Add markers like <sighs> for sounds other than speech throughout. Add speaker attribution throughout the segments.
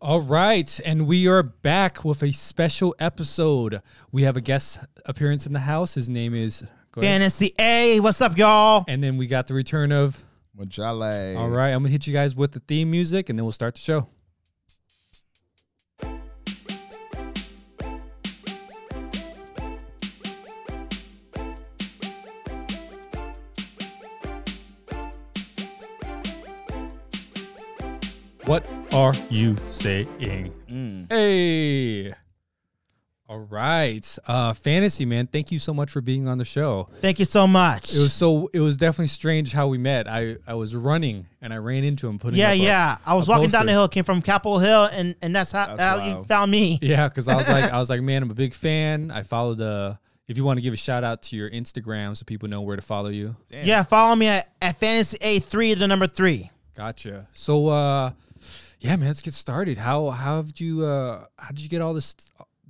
Speaker 1: All right, and we are back with a special episode. We have a guest appearance in the house. His name is go ahead.
Speaker 2: Fantasy A, what's up, y'all?
Speaker 1: and then we got the return of.
Speaker 3: Majale.
Speaker 1: All right, I'm gonna hit you guys with the theme music, and then we'll start the show. What are you saying? Hey. All right. Uh fantasy man, thank you so much for being on the show.
Speaker 2: Thank you so much.
Speaker 1: It was so it was definitely strange how we met. I I was running and I ran into him putting
Speaker 2: yeah,
Speaker 1: up a-
Speaker 2: yeah. I was
Speaker 1: a
Speaker 2: walking
Speaker 1: poster.
Speaker 2: down the hill, came from Capitol Hill, and and that's how,
Speaker 3: That's
Speaker 2: how you
Speaker 3: wild.
Speaker 2: found me.
Speaker 1: Yeah, because I was
Speaker 2: <laughs>
Speaker 1: like, I was like, man, I'm a big fan. I followed. Uh, if you want to give a shout out to your Instagram, so people know where to follow you.
Speaker 3: Damn.
Speaker 2: Yeah, follow me at, at Fantasy A three, the number three.
Speaker 1: Gotcha. So, uh, yeah, man, let's get started. How how have you? Uh, how did you get all this?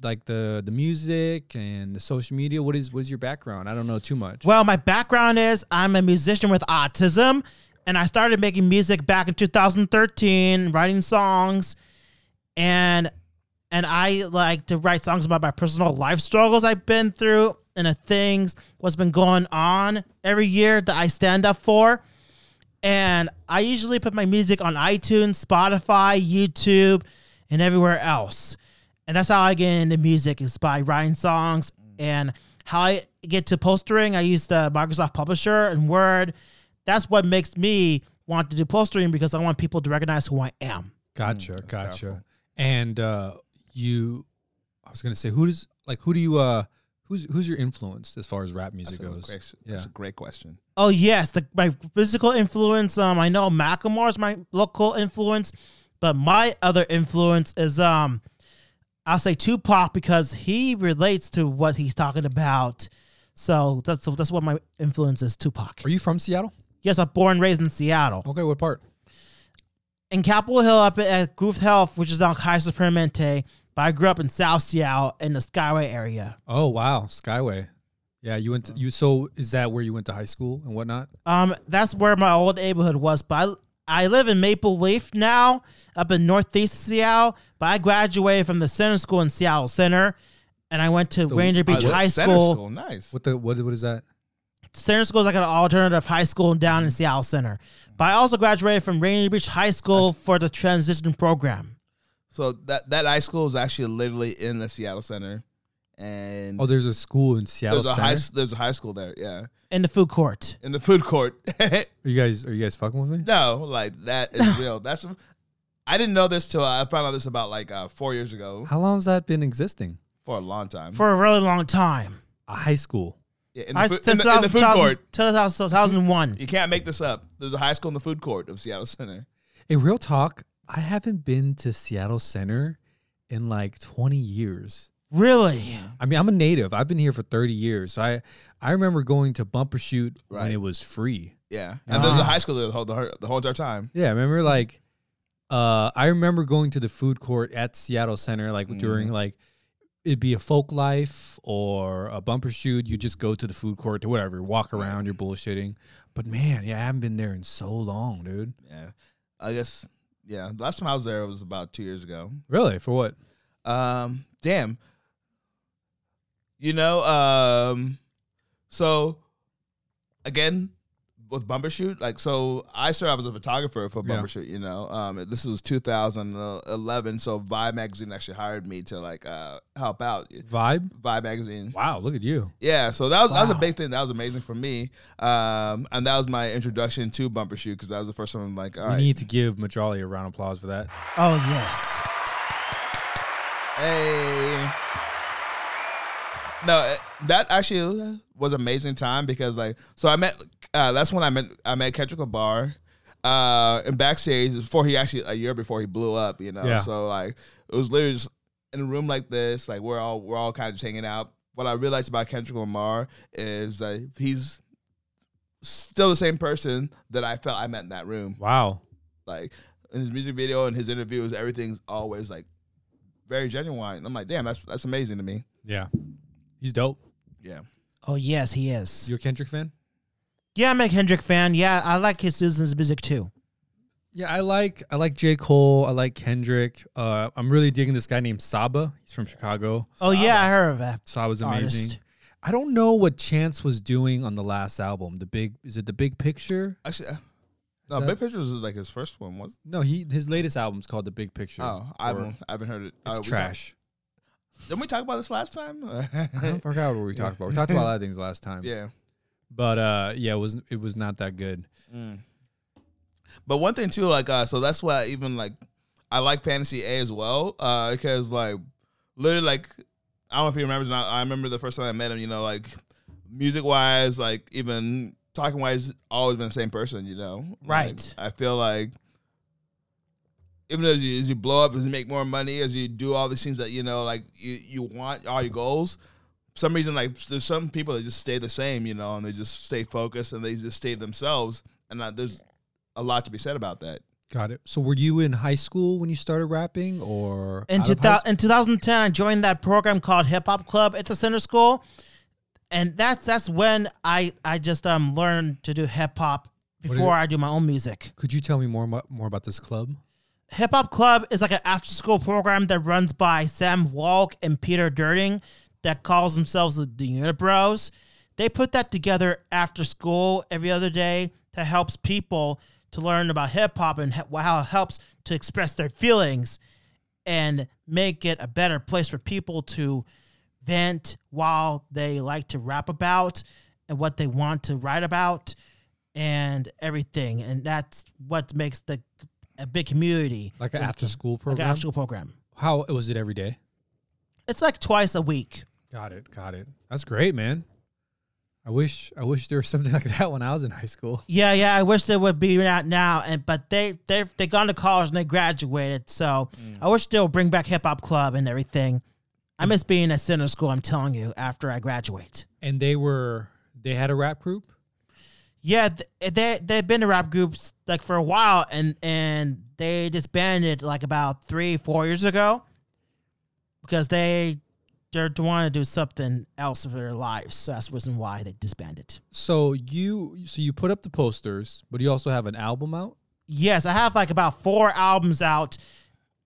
Speaker 1: Like the the music and the social media. What is what is your background? I don't know too much.
Speaker 2: Well, my background is I'm a musician with autism, and I started making music back in 2013, writing songs, and and I like to write songs about my personal life struggles I've been through and the things what's been going on every year that I stand up for. And I usually put my music on iTunes, Spotify, YouTube, and everywhere else. And that's how I get into music is by writing songs and how I get to postering. I use the Microsoft Publisher and Word. That's what makes me want to do postering because I want people to recognize who I am.
Speaker 1: Gotcha,
Speaker 3: Mm, that's
Speaker 1: gotcha.
Speaker 3: powerful.
Speaker 1: And uh, you, I was gonna say, who does like who do you? Uh, who's who's your influence as far as rap music
Speaker 3: That's a,
Speaker 1: goes?
Speaker 3: great,
Speaker 1: Yeah.
Speaker 3: that's a great question.
Speaker 2: Oh yes, the, my physical influence. Um, I know Macklemore is my local influence, but my other influence is um, I'll say Tupac because he relates to what he's talking about. So that's that's what my influence is. Tupac.
Speaker 1: Are you from Seattle?
Speaker 2: Yes, I'm born and raised in Seattle,
Speaker 1: Okay, what part?
Speaker 2: in Capitol Hill, up at Groove Health, which is now Kaiser Permanente. But I grew up in South Seattle in the Skyway area.
Speaker 1: Oh wow, Skyway. Yeah, you
Speaker 3: Uh-huh.
Speaker 1: went to, you. So is that where you went to high school and whatnot?
Speaker 2: Um, that's where my old neighborhood was, but I, I live in Maple Leaf now, up in northeast Seattle. But I graduated from the center school in Seattle Center, and I went to Ranger Beach
Speaker 3: Oh,
Speaker 2: High
Speaker 3: center
Speaker 2: School.
Speaker 3: Nice.
Speaker 1: What the what what is that?
Speaker 2: Center school is like an alternative high school down in Seattle Center. But I also graduated from Ranger Beach High School for the transition program.
Speaker 3: So that that high school is actually literally in the Seattle Center, and
Speaker 1: Oh, there's a school in Seattle.
Speaker 3: Mm. there's a
Speaker 1: Center?
Speaker 3: high s- there's a high school there. Yeah,
Speaker 2: In the food court.
Speaker 3: in the food court. <laughs>
Speaker 1: Are you guys are you guys fucking with me?
Speaker 3: no, like
Speaker 1: <laughs>
Speaker 3: that is real. That's I didn't know this till I found out this about like uh, four years ago
Speaker 1: How long has that been existing?
Speaker 3: for a long time.
Speaker 2: For a really long time.
Speaker 1: A high school.
Speaker 3: yeah, in,
Speaker 2: I-
Speaker 3: the food, in, the, in the food
Speaker 2: 2000
Speaker 3: court.
Speaker 2: 2000 2001.
Speaker 3: You can't make this up. There's a high school in the food court of Seattle Center.
Speaker 1: Hey, real talk. I haven't been to Seattle Center in like 20 years.
Speaker 2: Really?
Speaker 1: I mean, I'm a native. I've been here for 30 years. So I I remember going to Bumper Shoot when
Speaker 3: Right.
Speaker 1: it was free.
Speaker 3: Yeah, and there's
Speaker 1: Ah.
Speaker 2: Wow.
Speaker 3: a high school there the whole the, whole- the whole entire time.
Speaker 1: Yeah, I remember like uh I remember going to the food court at Seattle Center like during like it'd be a folk life or a bumper shoot, you just go to the food court to whatever, walk around, you're bullshitting. But man, yeah, I haven't been there in so long, dude.
Speaker 3: Yeah, I guess. Yeah, the last time I was there was about two years ago.
Speaker 1: Really? For what?
Speaker 3: Um, damn. You know, um, so again with bumper shoot, like so, I started. I was a photographer for
Speaker 1: Yeah.
Speaker 3: bumper shoot. You know, um, this was 2011. So Vibe magazine actually hired me to like uh help out.
Speaker 1: Vibe?
Speaker 3: Vibe magazine.
Speaker 1: Wow, look at you.
Speaker 3: Yeah, so that was that was
Speaker 2: Wow.
Speaker 3: a big thing. That was amazing for me, um, and that was my introduction to bumper shoot because that was the first time I'm like, all
Speaker 1: we
Speaker 3: right,
Speaker 1: need to give Majali a round of applause for that.
Speaker 2: Oh, yes.
Speaker 3: Hey. No, eh, that actually was amazing time because like so I met uh, that's when I met I met Kendrick Labar uh in backstage before he actually a year before he blew up, you know.
Speaker 1: Yeah.
Speaker 3: So like it was literally just in a room like this, like we're all we're all kind of just hanging out. What I realized about Kendrick Lamar is that he's still the same person that I felt I met in that room
Speaker 1: Wow.
Speaker 3: like in his music video and his interviews, everything's always like very genuine. And I'm like, damn, that's that's amazing to me.
Speaker 1: Yeah. He's dope.
Speaker 3: Yeah.
Speaker 2: Oh, yes, he is.
Speaker 1: You a Kendrick fan?
Speaker 2: Yeah, I'm a Kendrick fan. Yeah, I like his Susan's music too.
Speaker 1: Yeah, I like I like J. Cole. I like Kendrick. Uh, I'm really digging this guy named Saba. He's from Chicago.
Speaker 2: Oh yeah, I heard of that.
Speaker 1: Saba's amazing.
Speaker 2: Artist.
Speaker 1: I don't know what Chance was doing on the last album. The big is it the Big Picture?
Speaker 3: Actually, uh, no,
Speaker 1: that-
Speaker 3: Big Picture was like his first one, was
Speaker 1: No, he his latest album's called The Big Picture.
Speaker 3: Oh, I
Speaker 1: Or-
Speaker 3: haven't, I haven't heard it.
Speaker 1: It's
Speaker 3: Uh, we
Speaker 1: trash.
Speaker 3: talked- didn't we talk about this last time? <laughs>
Speaker 1: I forgot what we talked about. We talked about a lot of things last time.
Speaker 3: yeah.
Speaker 1: But uh, yeah, it was it was not that good.
Speaker 3: But one thing too, like uh, so that's why I even like I like Fantasy A as well, uh, because like literally like I don't know if he remembers. or Not I remember the first time I met him. You know, like music wise, like even talking wise, always been the same person. You know, Like,
Speaker 2: Right.
Speaker 3: I feel like. Even as you, as you blow up, as you make more money, as you do all these things that you know, like you, you want all your goals, for some reason like there's some people that just stay the same, you know, and they just stay focused and they just stay themselves, and uh, there's a lot to be said about that.
Speaker 1: Got it. So were you in high school when you started rapping, or
Speaker 2: In,
Speaker 1: out
Speaker 2: 2000, in 2010, I joined that program called Hip Hop Club at the center school, and that's that's when I I just um learned to do hip hop
Speaker 1: do you-
Speaker 2: before I do my own music.
Speaker 1: Could you tell me more mo- more about this club?
Speaker 2: Hip Hop Club is like an after school program that runs by Sam Walk and Peter Durning that calls themselves the Unit Bros. They put that together after school every other day that helps people to learn about hip hop and he- how it helps to express their feelings and make it a better place for people to vent while they like to rap about and what they want to write about and everything. And that's what makes the a big community.
Speaker 1: Like an after school
Speaker 2: Like an
Speaker 1: program?
Speaker 2: after school program.
Speaker 1: How was it every day?
Speaker 2: It's like twice a week.
Speaker 1: Got it. Got it. That's great, man. I wish I wish there was <laughs> something like that when I was in high school.
Speaker 2: Yeah, yeah. I wish they would be out now, and but they they they gone to college and they graduated. So I wish they would bring back hip hop club and everything. I miss being at center school. I'm telling you, after I graduate.
Speaker 1: And they were they had a rap group.
Speaker 2: Yeah, th- they they've been to rap groups like for a while, and and they disbanded like about three four years ago because they they're wanting to do something else for their lives. So that's the reason why they disbanded.
Speaker 1: So you so you put up the posters, but you also have an album out.
Speaker 2: Yes, I have like about four albums out.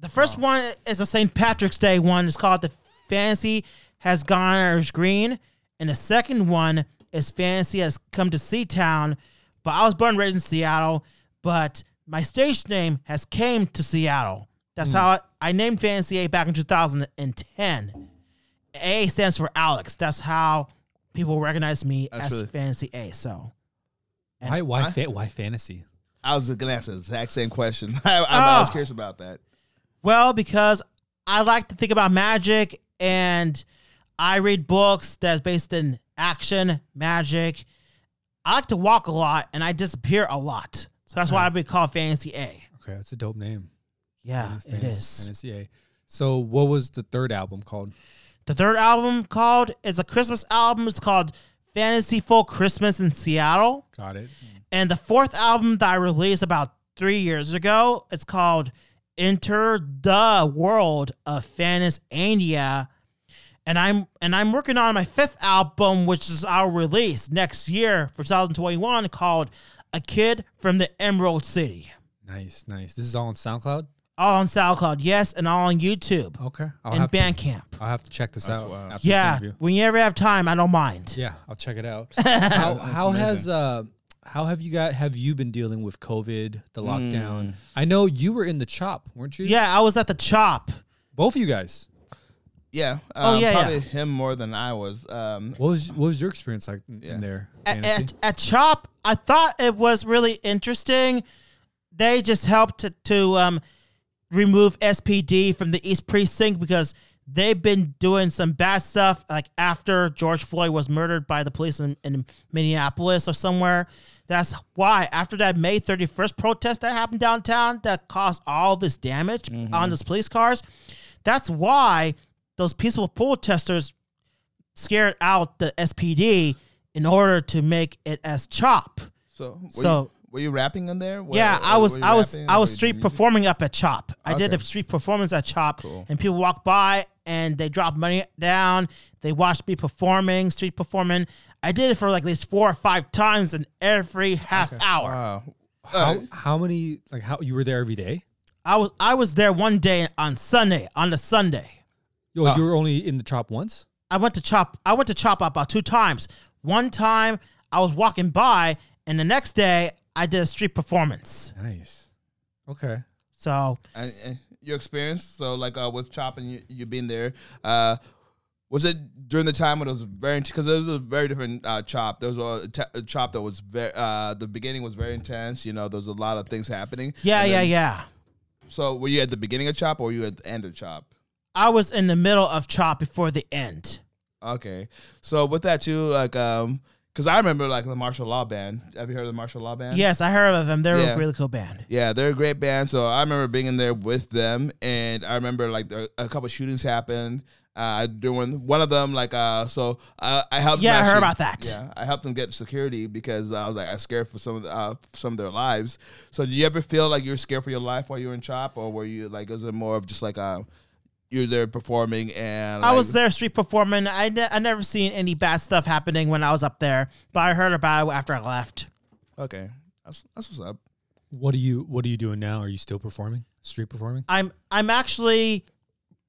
Speaker 2: The first one is a St. Patrick's Day one. It's called The Fantasy Has Gone Irish Green. And the second one is Fantasy Has Come to Seatown. But I was born and raised in Seattle, but my stage name has came to Seattle. That's
Speaker 3: Hmm.
Speaker 2: how I, I named Fantasy A back in 2010. A stands for Alex. That's how people recognize me
Speaker 3: That's
Speaker 2: as
Speaker 3: really-
Speaker 2: Fantasy A. So And
Speaker 1: Why why fa- why fantasy?
Speaker 3: I was gonna ask the exact same question. <laughs> I, I, I
Speaker 2: Ah.
Speaker 3: was curious about that.
Speaker 2: Well, because I like to think about magic and I read books that's based in action, magic. I like to walk a lot and I disappear a lot. So that's why I be called Fantasy A.
Speaker 1: Okay, that's a dope name.
Speaker 2: Yeah, it
Speaker 1: Fantasy-
Speaker 2: is.
Speaker 1: Fantasy A. So what was the third album called?
Speaker 2: The third album called is a Christmas album. It's called Fantasy Full Christmas in Seattle.
Speaker 1: Got it.
Speaker 2: And the fourth album that I released about three years ago, it's called Enter the World of Fantasania. And I'm and I'm working on my fifth album, which is our release next year for 2021, called A Kid from the Emerald City.
Speaker 1: Nice, nice. This is all on SoundCloud.
Speaker 2: All on SoundCloud, yes, and all on YouTube
Speaker 1: Okay, I'll
Speaker 2: and
Speaker 1: have to,
Speaker 2: Bandcamp.
Speaker 1: I'll have to check this out
Speaker 3: wild.
Speaker 1: after this
Speaker 2: Yeah,
Speaker 1: interview.
Speaker 2: when you ever have time, I don't mind.
Speaker 1: Yeah, I'll check it
Speaker 2: <laughs>
Speaker 1: out. how how has uh how have you got have you been dealing with COVID, the lockdown? I know you were in the chop, weren't you?
Speaker 2: Hmm. Yeah, I was at the Chop.
Speaker 1: Both of you guys.
Speaker 3: Yeah. Um,
Speaker 2: Oh, yeah,
Speaker 3: Probably
Speaker 2: yeah.
Speaker 3: him more than I was. Um,
Speaker 1: What was what was your experience like in-
Speaker 3: Yeah.
Speaker 1: in there?
Speaker 2: at,
Speaker 1: fantasy?
Speaker 2: at, at Chop, I thought it was really interesting. They just helped to, to um, remove SPD from the East Precinct because they've been doing some bad stuff, like after George Floyd was murdered by the police in, in Minneapolis or somewhere. That's why, after that May 31st protest that happened downtown that caused all this damage on those police cars, that's why those peaceful protesters scared out the SPD in order to make it as chop.
Speaker 3: so were
Speaker 2: So-
Speaker 3: you, were you rapping in there? Were-
Speaker 2: yeah, I
Speaker 3: were
Speaker 2: was
Speaker 3: you
Speaker 2: I was
Speaker 3: rapping?
Speaker 2: I
Speaker 3: Were
Speaker 2: was
Speaker 3: you
Speaker 2: street
Speaker 3: doing music?
Speaker 2: performing up at Chop. I did a
Speaker 3: Okay.
Speaker 2: street performance at Chop
Speaker 3: Cool.
Speaker 2: and people walk by and they drop money down, they watch me performing, street performing. I did it for like at least four or five times in every half hour.
Speaker 3: Wow.
Speaker 1: How,
Speaker 3: Alright.
Speaker 1: how many like how you were there every day?
Speaker 2: I was I was there one day on Sunday on the Sunday.
Speaker 1: Yo,
Speaker 3: Uh.
Speaker 1: you were only in the chop once.
Speaker 2: I went to chop. I went to chop up about two times. One time I was walking by, and the next day I did a street performance.
Speaker 1: Nice. Okay.
Speaker 2: So
Speaker 3: and, and your experience. So, like uh, with Chop and you, you being there, uh, was it during the time when it was very because it was a very different uh, Chop. There was a, t- a Chop that was very uh, the beginning was very intense. You know, there was a lot of things happening.
Speaker 2: yeah,
Speaker 3: And
Speaker 2: yeah,
Speaker 3: then-
Speaker 2: yeah.
Speaker 3: So, were you at the beginning of Chop or were you at the end of Chop?
Speaker 2: I was in the middle of chop before the end.
Speaker 3: Okay, so with that too, like um, because I remember like the martial law band. Have you heard of the martial law band?
Speaker 2: Yes, I heard of them. They're
Speaker 3: Yeah.
Speaker 2: a really cool band.
Speaker 3: Yeah, they're a great band. So I remember being in there with them, and I remember like a, a couple shootings happened. Uh, doing one of them, like uh, so uh, I helped.
Speaker 2: Yeah, I
Speaker 3: them
Speaker 2: heard
Speaker 3: actually-
Speaker 2: about that.
Speaker 3: Yeah, I helped them get security because I was like I was scared for some of the, uh, some of their lives. So do you ever feel like you were scared for your life while you were in chop, or were you like was it more of just like uh, you're there performing and
Speaker 2: I
Speaker 3: like-
Speaker 2: was there street performing. I, ne- I never seen any bad stuff happening when I was up there, but I heard about it after I left.
Speaker 3: okay. That's, that's what's up.
Speaker 1: What are you What are you doing now? Are you still performing? Street performing?
Speaker 2: I'm I'm actually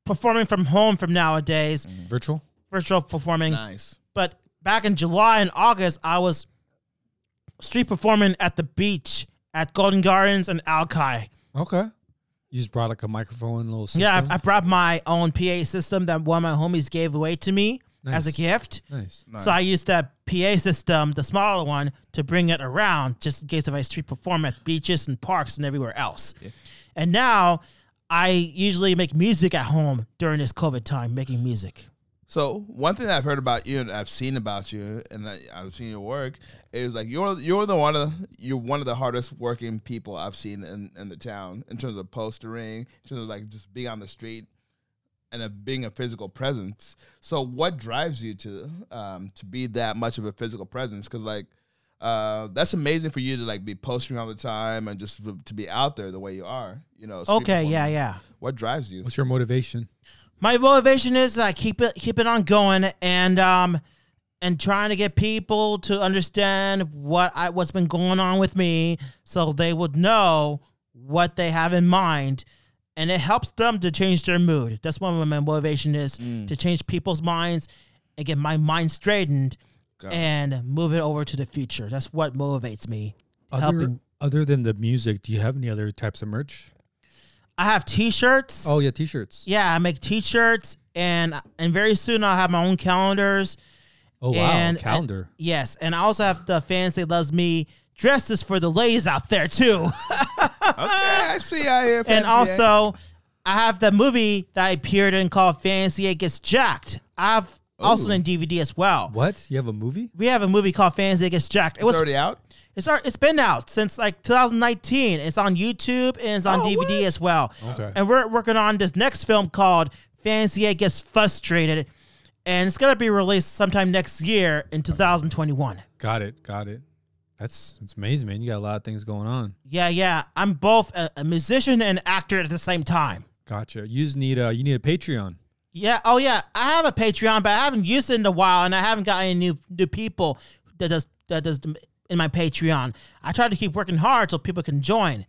Speaker 2: performing from home from nowadays,
Speaker 3: Mm-hmm.
Speaker 1: Virtual?
Speaker 2: virtual performing.
Speaker 3: Nice.
Speaker 2: But back in July and August, I was street performing at the beach at Golden Gardens and Alki.
Speaker 1: Okay. You just brought like a microphone, and a little system.
Speaker 2: Yeah, I, I brought my own PA system that one of my homies gave away to me as a
Speaker 1: Nice.
Speaker 2: gift.
Speaker 1: nice.
Speaker 2: So I used that PA system, the smaller one, to bring it around just in case if I street perform at beaches and parks and everywhere else. And now I usually make music at home during this COVID time, making music.
Speaker 3: So one thing I've heard about you and I've seen about you and I, I've seen your work is like you're you're the one of you're one of the hardest working people I've seen in, in the town in terms of postering, in terms of like just being on the street and of being a physical presence. So what drives you to um, to be that much of a physical presence? Because like uh, that's amazing for you to like be posting all the time and just to be out there the way you are. You know. street
Speaker 2: Okay, yeah,
Speaker 3: performing.
Speaker 2: yeah.
Speaker 3: What drives you? <laughs>
Speaker 1: What's your motivation?
Speaker 2: My motivation is I keep it keep it on going and um and trying to get people to understand what I what's been going on with me so they would know what they have in mind and it helps them to change their mood. That's one of my motivation is
Speaker 3: Mm.
Speaker 2: to change people's minds and get my mind straightened
Speaker 3: Got it.
Speaker 2: and move it over to the future. That's what motivates me.
Speaker 1: Other
Speaker 2: Helping.
Speaker 1: Other than the music, do you have any other types of merch?
Speaker 2: I have t-shirts.
Speaker 1: Oh yeah, T-shirts.
Speaker 2: Yeah, I make t-shirts and and very soon I'll have my own calendars.
Speaker 1: Oh wow,
Speaker 2: and-
Speaker 1: calendar.
Speaker 2: Yes, and I also have the fans that loves me dresses for the ladies out there
Speaker 3: <laughs>
Speaker 2: too.
Speaker 3: okay, Ah, I see you out here.
Speaker 2: and
Speaker 3: Fancy, eh?
Speaker 2: also, I have the movie that I appeared in called Fantasy Eight Gets Jacked. I've also
Speaker 3: Ooh.
Speaker 2: in DVD as well.
Speaker 1: what? You have a movie?
Speaker 2: We have a movie called Fantasy Eight Gets Jacked. It
Speaker 3: it's
Speaker 2: was
Speaker 3: already out.
Speaker 2: it's al- it's been out since like 2019. It's on YouTube and it's on
Speaker 3: Oh,
Speaker 2: DVD
Speaker 3: what?
Speaker 2: as well.
Speaker 1: Okay.
Speaker 2: And we're working on this next film called Fantasy Eight Gets Frustrated, and it's gonna be released sometime next year in 2021.
Speaker 1: Got it. Got it. That's it's amazing, man. You got a lot of things going on.
Speaker 2: Yeah, yeah. I'm both a, a musician and actor at the same time.
Speaker 1: Gotcha. You just need a you need a Patreon.
Speaker 2: Yeah. Oh, yeah. I have a Patreon, but I haven't used it in a while, and I haven't got any new new people that does that does the- in my Patreon. I try to keep working hard so people can join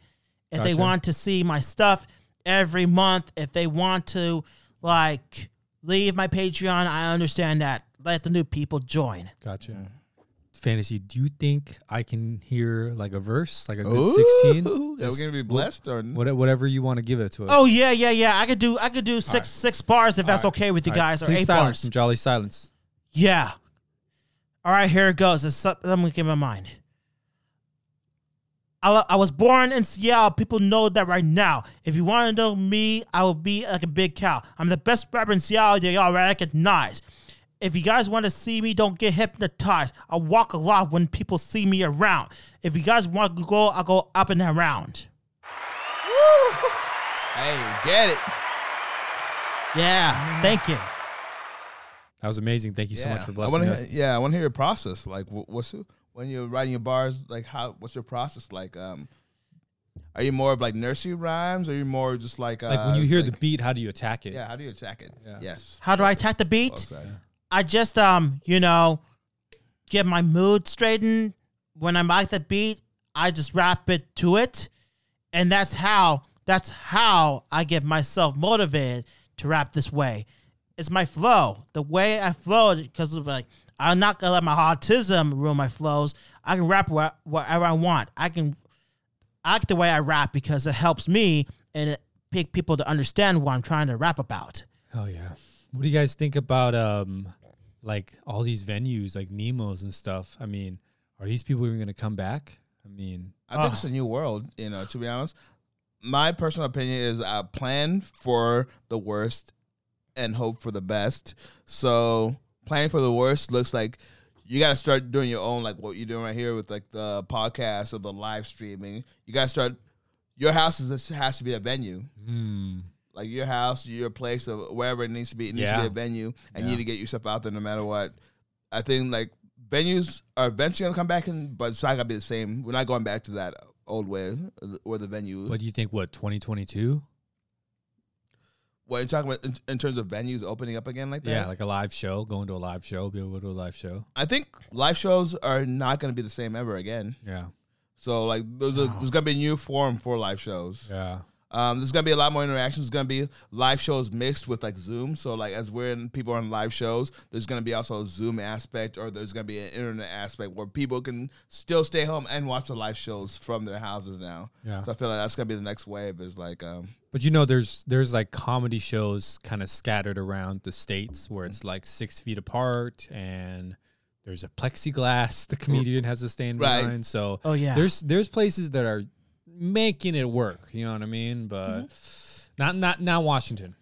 Speaker 2: if they
Speaker 1: Gotcha.
Speaker 2: want to see my stuff every month. If they want to like leave my Patreon, I understand that. Let the new people join.
Speaker 1: Gotcha. Fantasy. Do you think I can hear like a verse, like a good
Speaker 3: Ooh,
Speaker 1: sixteen?
Speaker 3: Are we gonna be blessed or n-
Speaker 1: What, whatever you want to give it to us.
Speaker 2: Oh yeah, yeah, yeah. I could do I could do six six bars if that's
Speaker 1: right.
Speaker 2: okay with you
Speaker 1: All right,
Speaker 2: guys or
Speaker 1: please
Speaker 2: eight
Speaker 1: silence,
Speaker 2: bars.
Speaker 1: some jolly silence.
Speaker 2: Yeah. All right, here it goes. It's something I'm gonna keep in mind. I, lo- I was born in Seattle. People know that right now. If you want to know me, I will be like a big cow. I'm the best rapper in Seattle that y'all recognize. If you guys want to see me, don't get hypnotized. I walk a lot when people see me around. If you guys want to go, I'll go up and around.
Speaker 3: Hey, get it.
Speaker 2: Yeah, thank you.
Speaker 1: That was amazing. Thank you so much for
Speaker 3: I
Speaker 1: blessing
Speaker 3: wanna
Speaker 1: us.
Speaker 3: hear, yeah, I want to hear your process. Like, wh- what's when you're writing your bars? Like, how? What's your process like? Um, are you more of like nursery rhymes? Or are you more just like uh,
Speaker 1: Like when you hear the
Speaker 3: like-
Speaker 1: beat, how do you attack it?
Speaker 3: Yeah, how do you attack it?
Speaker 1: Yeah.
Speaker 3: Yes.
Speaker 2: How do I attack the beat?
Speaker 3: Well said.
Speaker 2: I just um, you know, get my mood straightened. When I'm at the beat, I just rap it to it, and that's how that's how I get myself motivated to rap this way. It's my flow, the way I flow, because like I'm not gonna let my autism ruin my flows. I can rap wha- whatever I want. I can act the way I rap because it helps me and it pick people to understand what I'm trying to rap about.
Speaker 1: Oh yeah. What do you guys think about um like all these venues like Nemo's and stuff? I mean, are these people even gonna come back? I mean
Speaker 3: I think it's a new world, you know, to be honest. My personal opinion is I plan for the worst and hope for the best. So planning for the worst looks like you gotta start doing your own like what you're doing right here with like the podcast or the live streaming. You gotta start your house is this has to be a venue.
Speaker 1: hmm,
Speaker 3: Like your house, your place or wherever it needs to be, it needs to
Speaker 1: Yeah.
Speaker 3: be a venue and
Speaker 1: Yeah.
Speaker 3: you need to get yourself out there no matter what. I think like venues are eventually gonna come back in, but it's not gonna be the same. We're not going back to that old way or the venue.
Speaker 1: what do you think what, twenty twenty two?
Speaker 3: What you're talking about in, in terms of venues opening up again like that?
Speaker 1: Yeah, like a live show, going to a live show, be able to go to a live show.
Speaker 3: I think live shows are not going to be the same ever again.
Speaker 1: Yeah.
Speaker 3: So like there's a, there's going to be a new form for live shows.
Speaker 1: Yeah.
Speaker 3: Um, there's going to be a lot more interactions. There's going to be live shows mixed with like Zoom. So like as we're in, people are in live shows, there's going to be also a Zoom aspect or there's going to be an internet aspect where people can still stay home and watch the live shows from their houses now.
Speaker 1: Yeah.
Speaker 3: So I feel like that's going to be the next wave is like um,
Speaker 1: But you know, there's there's like comedy shows kind of scattered around the states where it's like six feet apart and there's a plexiglass the comedian has to stand
Speaker 3: Right.
Speaker 1: behind. So
Speaker 2: Oh, yeah.
Speaker 1: there's there's places that are making it work. You know what I mean? But
Speaker 2: Mm-hmm.
Speaker 1: not not not Washington,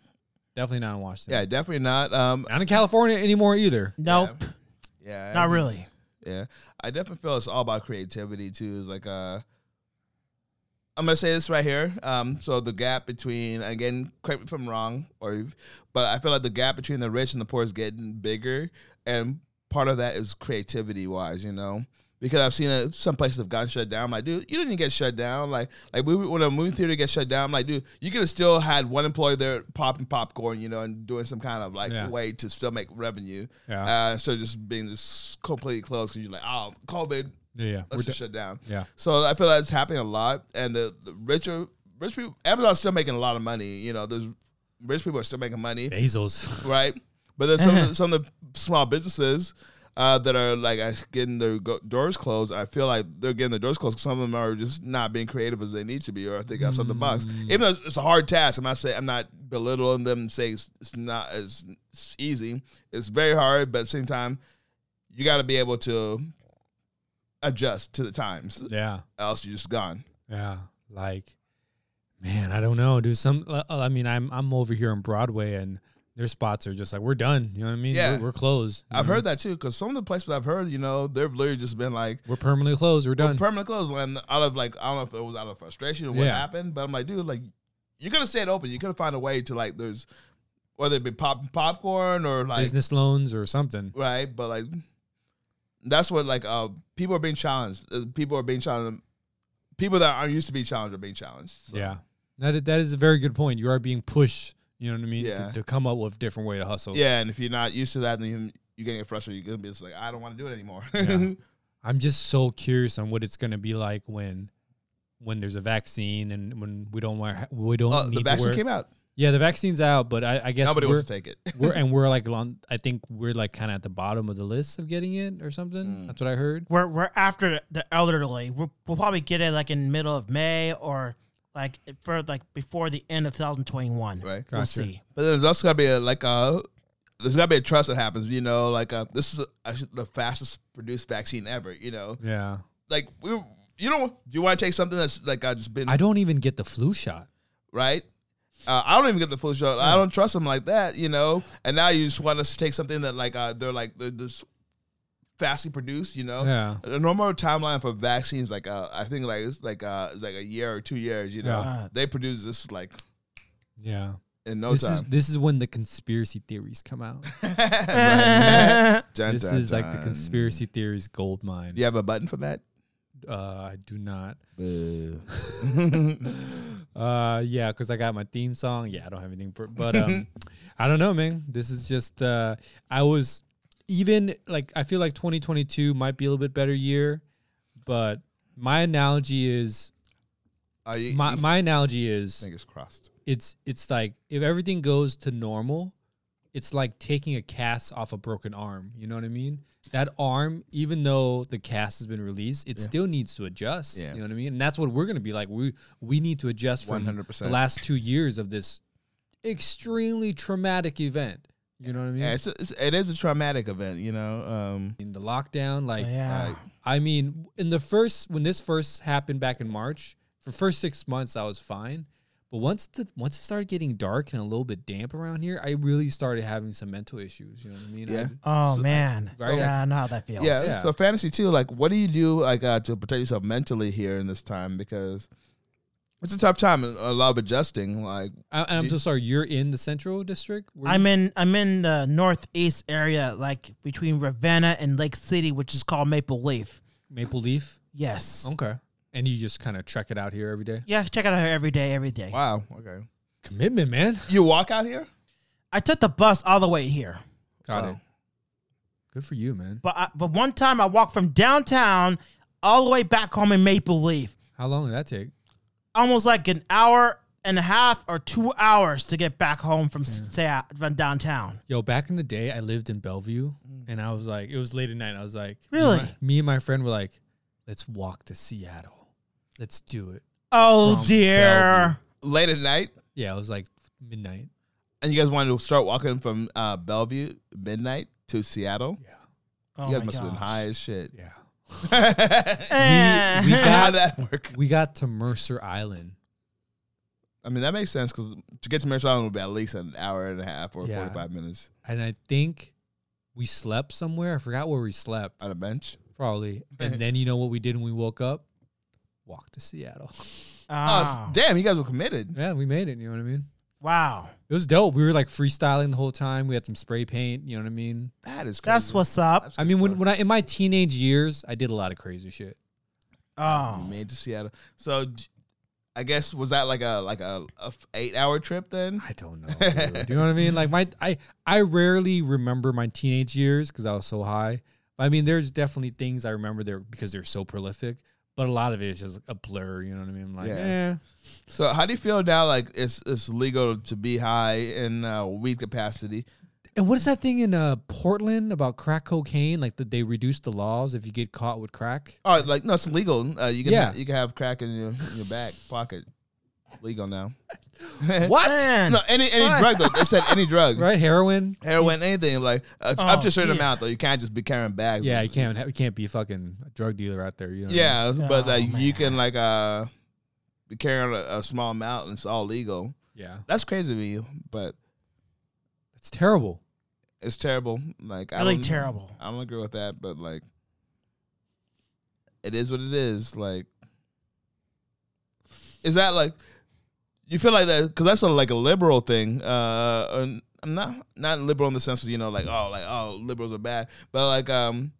Speaker 1: definitely not in Washington.
Speaker 3: yeah, definitely not. Um,
Speaker 1: not in California anymore either.
Speaker 2: Nope,
Speaker 3: yeah.
Speaker 2: not
Speaker 3: everything's-
Speaker 2: really.
Speaker 3: Yeah, I definitely feel it's all about creativity too. It's like uh, I'm gonna say this right here. Um, so the gap between again, correct me if I'm wrong, or but I feel like the gap between the rich and the poor is getting bigger, and part of that is creativity wise, you know. Because I've seen uh, some places have gotten shut down. I'm like, dude, you didn't get shut down. Like, like we, when a movie theater gets shut down, I'm like, dude, you could have still had one employee there popping popcorn, you know, and doing some kind of like
Speaker 1: Yeah.
Speaker 3: way to still make revenue.
Speaker 1: Yeah.
Speaker 3: Uh, instead of just being just completely closed because you're like, oh, COVID,
Speaker 1: Yeah, yeah.
Speaker 3: let's
Speaker 1: We're
Speaker 3: just
Speaker 1: de-
Speaker 3: shut down.
Speaker 1: yeah.
Speaker 3: So I feel like it's happening a lot, and the, the richer rich people, Amazon's still making a lot of money. You know, those rich people are still making money,
Speaker 1: Bezos. <laughs>
Speaker 3: right? But then some of the, some of the small businesses uh, that are like I s- getting their go- doors closed. I feel like they're getting their doors closed. 'cause Some of them are just not being creative as they need to be, or I think outside the box. Even though it's, it's a hard task, I'm not saying I'm not belittling them. and Saying it's, it's not as it's easy. It's very hard, but at the same time, you got to be able to adjust to the times.
Speaker 1: Yeah.
Speaker 3: Else you're just gone.
Speaker 1: Yeah, like, man, I don't know, dude. Some, uh, I mean, I'm I'm over here on Broadway, and their spots are just like we're done. You know what I mean?
Speaker 3: Yeah.
Speaker 1: we're, we're closed. you
Speaker 3: I've
Speaker 1: know?
Speaker 3: heard that too, because some of the places I've heard, you know, they've literally just been like,
Speaker 1: we're permanently closed. We're done.
Speaker 3: permanent closed when out of like I don't know if it was out of frustration or what
Speaker 1: Yeah.
Speaker 3: happened, but I'm like, dude, like you could have stayed open. You could have found a way to like there's whether it be pop popcorn or like
Speaker 1: Business loans or something.
Speaker 3: right, but like that's what like uh people are being challenged. Uh, people are being challenged. People that aren't used to be challenged are being challenged. So,
Speaker 1: Yeah, that i- that is a very good point. You are being pushed. You know what I mean?
Speaker 3: Yeah.
Speaker 1: To, to come up with a different way to hustle.
Speaker 3: yeah, and if you're not used to that, then you, you're gonna get frustrated. You're gonna be just like, I don't want to do it anymore. <laughs> Uh,
Speaker 1: Yeah. I'm just so curious on what it's gonna be like when. When there's a vaccine and when we don't wear, we don't
Speaker 3: Uh,
Speaker 1: need
Speaker 3: the vaccine
Speaker 1: to wear.
Speaker 3: came out.
Speaker 1: yeah, the vaccine's out, but I, I guess
Speaker 3: Nobody
Speaker 1: we're,
Speaker 3: wants to take it. <laughs>
Speaker 1: <laughs> we're and we're like on I think we're like kind of at the bottom of the list of getting it or something.
Speaker 3: Mm.
Speaker 1: That's what I heard.
Speaker 2: We're we're after the elderly. We're, we'll probably get it like in middle of May or like for like before the end of 2021.
Speaker 3: Right.
Speaker 2: We'll
Speaker 1: Gotcha.
Speaker 2: see.
Speaker 3: But there's also gotta be a, like a there's gotta be a trust that happens. You know, like uh this is actually the fastest produced vaccine ever. You know,
Speaker 1: Yeah.
Speaker 3: like we you don't do you want to take something that's like I just been
Speaker 1: I don't even get the flu shot.
Speaker 3: right. Uh, I don't even get the full shot.
Speaker 1: Hmm.
Speaker 3: I don't trust them like that, you know. And now you just want us to take something that like uh, they're like they're just fastly produced, you know.
Speaker 1: Yeah.
Speaker 3: The normal timeline for vaccines, like uh, I think like it's like uh, it's like a year or two years, you know.
Speaker 2: Yeah.
Speaker 3: They produce this like
Speaker 1: Yeah.
Speaker 3: in no
Speaker 1: this is
Speaker 3: time.
Speaker 1: this is when the conspiracy theories come out.
Speaker 3: <laughs> Dun,
Speaker 1: <laughs> this
Speaker 3: dun,
Speaker 1: is like the
Speaker 3: dun.
Speaker 1: conspiracy theories gold mine.
Speaker 3: Do you have a button for that?
Speaker 1: Uh, I do not.
Speaker 3: Boo.
Speaker 1: <laughs> Uh, yeah, because I got my theme song. Yeah, I don't have anything for, but um, I don't know, man. This is just uh, I was even like I feel like 2022 might be a little bit better year, but my analogy is
Speaker 3: Uh, you,
Speaker 1: my,
Speaker 3: you-
Speaker 1: my analogy is
Speaker 3: fingers crossed.
Speaker 1: it's it's like if everything goes to normal, it's like taking a cast off a broken arm. You know what I mean? That arm, even though the cast has been released, it still needs to adjust.
Speaker 3: Yeah.
Speaker 1: You know what I mean? And that's what we're gonna be like. We we need to adjust from
Speaker 3: 100%.
Speaker 1: the last two years of this extremely traumatic event. You know what I mean?
Speaker 3: Yeah, it's, it's it is a traumatic event, you know. Um,
Speaker 1: in the lockdown, like
Speaker 2: Oh, yeah.
Speaker 3: like,
Speaker 1: I mean, in the first when this first happened back in March, for first six months I was fine, but once the once it started getting dark and a little bit damp around here, I really started having some mental issues. You know what I mean? I-
Speaker 3: Yeah.
Speaker 2: oh man.
Speaker 1: Right.
Speaker 2: yeah, I know how that feels.
Speaker 3: yeah,
Speaker 1: Yeah.
Speaker 3: So fantasy too. Like, what do you do like uh, to protect yourself mentally here in this time? Because it's a tough time, and a lot of adjusting. Like,
Speaker 1: I, and I'm
Speaker 3: You-
Speaker 1: so sorry. You're in the central district. Were
Speaker 2: I'm in I'm in the northeast area, like between Ravenna and Lake City, which is called Maple Leaf.
Speaker 1: you Maple Leaf.
Speaker 3: Oh.
Speaker 2: Yes.
Speaker 1: Okay. And you just kind of trek it out here every day.
Speaker 2: Yeah, check it out here every day, every day.
Speaker 3: wow, okay,
Speaker 1: Commitment, man.
Speaker 3: you walk out here. Oh.
Speaker 2: I took the bus all the way here.
Speaker 1: Got
Speaker 3: Wow.
Speaker 1: it. Good for you, man.
Speaker 2: But I, but one time I walked from downtown all the way back home in Maple Leaf.
Speaker 1: How long did that take?
Speaker 2: Almost like an hour and a half or two hours to get back home from yeah. from downtown.
Speaker 1: Yo, back in the day, I lived in Bellevue,
Speaker 3: Mm.
Speaker 1: and I was like, it was late at night. and I was like,
Speaker 2: Really?
Speaker 1: Me and, my, me and my friend were like, let's walk to Seattle. Let's do it.
Speaker 2: Oh
Speaker 1: From
Speaker 2: dear.
Speaker 3: Late at night,
Speaker 1: Yeah, it was like midnight.
Speaker 3: and you guys wanted to start walking from uh, Bellevue midnight to Seattle.
Speaker 1: Yeah,
Speaker 2: Oh
Speaker 3: you guys
Speaker 2: my
Speaker 3: must have been
Speaker 2: gosh.
Speaker 3: high
Speaker 1: <laughs>
Speaker 3: as shit. <laughs>
Speaker 1: yeah.
Speaker 2: Eh.
Speaker 1: We- we got-
Speaker 2: <laughs>
Speaker 3: How'd that work?
Speaker 1: We got to Mercer Island.
Speaker 3: I mean, that makes sense because to get to Mercer Island would be at least an hour and a half or
Speaker 1: Yeah.
Speaker 3: forty-five minutes
Speaker 1: and I think we slept somewhere. I forgot where we slept,
Speaker 3: on a bench.
Speaker 1: probably. And then you know what we did when we woke up? Walked to Seattle. <laughs>
Speaker 3: Oh,
Speaker 1: Ah.
Speaker 2: Oh,
Speaker 3: damn! You guys were committed.
Speaker 1: Yeah, we made it. You know what I mean?
Speaker 2: wow.
Speaker 1: It was dope. We were like freestyling the whole time. We had some spray paint. You know what I mean?
Speaker 3: That is crazy.
Speaker 2: That's what's up.
Speaker 3: That's
Speaker 1: I
Speaker 3: good
Speaker 1: mean, when,
Speaker 3: stuff.
Speaker 1: when I in my teenage years, I did a lot of crazy shit.
Speaker 2: Oh.
Speaker 3: You made it to Seattle. So, d- I guess was that like a like a, a f- eight hour trip then?
Speaker 1: I don't know. dude. you know what I mean? Like my I I rarely remember my teenage years because I was so high. I mean, there's definitely things I remember there because they're so prolific, but a lot of it is just a blur. You know what I mean? I'm like, eh.
Speaker 3: Yeah.
Speaker 1: yeah.
Speaker 3: So, how do you feel now? Like it's it's legal to be high in uh, weed capacity.
Speaker 1: And what is that thing in uh, Portland about crack cocaine? Like that they reduce the laws if you get caught with crack.
Speaker 3: Oh, like no, it's legal. Uh, you can
Speaker 1: Yeah.
Speaker 3: ha- you can have crack in your in your back pocket. Legal now.
Speaker 1: <laughs>
Speaker 3: Eh.
Speaker 1: What?
Speaker 2: Man.
Speaker 3: <laughs> No, any any
Speaker 1: What?
Speaker 3: drug though. They said any drug.
Speaker 1: <laughs> Right, heroin.
Speaker 3: Heroin, anything like uh, up to a
Speaker 2: Oh,
Speaker 3: certain
Speaker 2: dear.
Speaker 3: amount though. You can't just be carrying bags.
Speaker 1: Yeah,
Speaker 3: of-
Speaker 1: you can't. You can't be a fucking drug dealer out there. You know. what I mean?
Speaker 3: Eh. Yeah, but
Speaker 2: Oh,
Speaker 3: like you
Speaker 2: man.
Speaker 3: can like uh be carrying a, a small amount and it's all legal.
Speaker 1: Yeah.
Speaker 3: That's crazy to me, but
Speaker 1: It's terrible.
Speaker 3: it's terrible. Like I
Speaker 2: Really
Speaker 3: don't-
Speaker 2: terrible.
Speaker 3: I don't agree with that, but like it is what it is. Like is that like you feel like that because that's a, like a liberal thing. Uh, and I'm not not liberal in the sense of you know like oh like oh liberals are bad, but like um,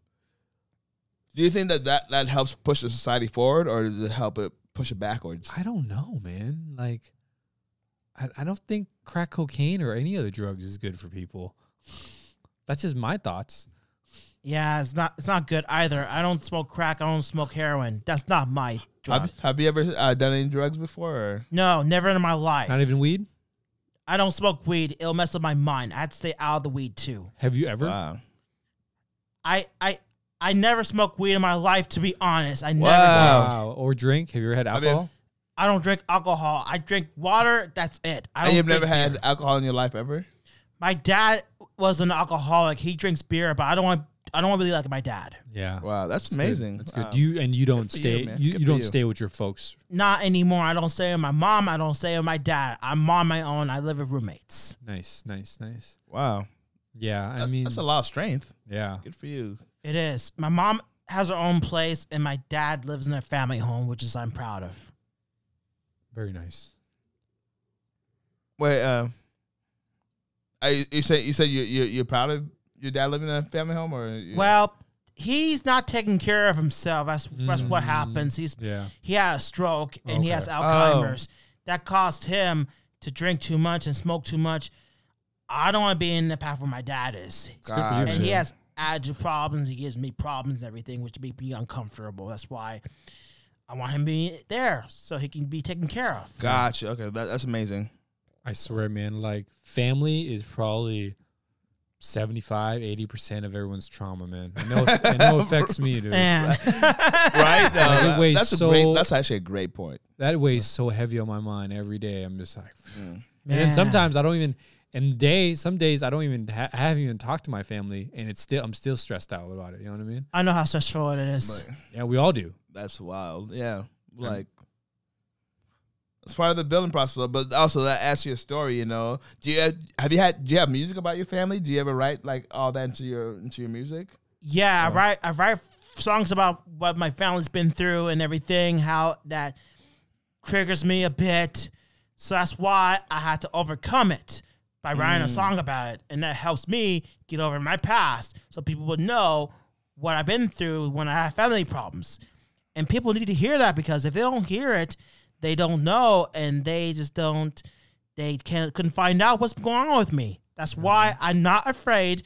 Speaker 3: do you think that that, that helps push the society forward or does it help it push it backwards?
Speaker 1: I don't know, man. Like, I, I don't think crack cocaine or any other drugs is good for people. That's just my thoughts.
Speaker 2: Yeah, it's not it's not good either. I don't smoke crack. I don't smoke heroin. That's not my drug.
Speaker 3: Have, have you ever uh, done any drugs before? Or?
Speaker 2: no, never in my life.
Speaker 1: Not even weed.
Speaker 2: I don't smoke weed. It'll mess up my mind. I had to stay out of the weed too.
Speaker 1: Have you ever?
Speaker 3: Wow.
Speaker 2: I I I never smoked weed in my life. To be honest, I never.
Speaker 3: Wow.
Speaker 2: Did.
Speaker 1: Wow. Or drink? Have you ever had
Speaker 3: Have you-
Speaker 1: alcohol?
Speaker 2: I don't drink alcohol. I drink water. That's it. I don't.
Speaker 3: And you've never
Speaker 2: drink
Speaker 3: had
Speaker 2: beer.
Speaker 3: alcohol in your life ever?
Speaker 2: My dad was an alcoholic. He drinks beer, but I don't want. I don't want to be like my dad.
Speaker 1: Yeah.
Speaker 3: Wow, that's,
Speaker 1: Good.
Speaker 3: amazing.
Speaker 1: That's good.
Speaker 3: Wow.
Speaker 1: Do you and you don't
Speaker 3: for you,
Speaker 1: stay. You,
Speaker 3: man.
Speaker 1: you,
Speaker 3: Good for
Speaker 1: don't
Speaker 3: you.
Speaker 1: stay with your folks.
Speaker 2: Not anymore. I don't stay with my mom. I don't stay with my dad. I'm on my own. I live with roommates.
Speaker 1: Nice, nice, nice.
Speaker 3: Wow,
Speaker 1: Yeah, I
Speaker 3: that's,
Speaker 1: mean,
Speaker 3: that's a lot of strength.
Speaker 1: yeah.
Speaker 3: Good for you.
Speaker 2: It is. My mom has her own place, and my dad lives in a family home, which is I'm proud of.
Speaker 1: Very nice.
Speaker 3: Wait, uh, I you said you said you you you're proud of your dad living in a family home or you-
Speaker 2: Well, he's not taking care of himself. That's that's what
Speaker 1: Mm.
Speaker 2: happens. He's
Speaker 1: Yeah.
Speaker 2: he had a stroke and he has
Speaker 1: Okay.
Speaker 3: Oh.
Speaker 2: Alzheimer's. That caused him to drink too much and smoke too much. I don't want to be in the path where my dad is,
Speaker 1: It's good for you,
Speaker 3: Gotcha.
Speaker 2: and
Speaker 1: man.
Speaker 2: he has allergy problems. He gives me problems, and everything, which make me uncomfortable. That's why I want him to be there so he can be taken care of.
Speaker 3: Gotcha. Okay, that, that's amazing.
Speaker 1: I swear, man, like family is probably 75, 80% of everyone's trauma, man. I know, it, I
Speaker 3: <laughs>
Speaker 1: know it affects me, dude.
Speaker 2: And
Speaker 3: <laughs> Right? No,
Speaker 1: Like, it
Speaker 3: that-
Speaker 1: weighs
Speaker 3: that's a
Speaker 1: so-
Speaker 3: great. That's actually a great point.
Speaker 1: That weighs so heavy on my mind every day. I'm just like, <sighs> and
Speaker 2: Man.
Speaker 1: then sometimes I don't even, and day, some days I don't even, ha- I haven't even talked to my family and it's still, I'm still stressed out about it. You know what I mean?
Speaker 2: I know how stressful it is.
Speaker 3: Like,
Speaker 1: Yeah, we all do.
Speaker 3: that's wild. Yeah, like it's part of the building process. But also, that asks you a story. You know, do you have, have you had do you have music about your family? Do you ever write like all that into your into your music?
Speaker 2: yeah, I write I write songs about what my family's been through and everything, how that triggers me a bit. So that's why I had to overcome it by writing a song about it, and that helps me get over my past, so people would know what I've been through when I have family problems. And people need to hear that because if they don't hear it, they don't know, and they just don't. They can't couldn't find out what's going on with me. That's
Speaker 1: Mm-hmm.
Speaker 2: why I'm not afraid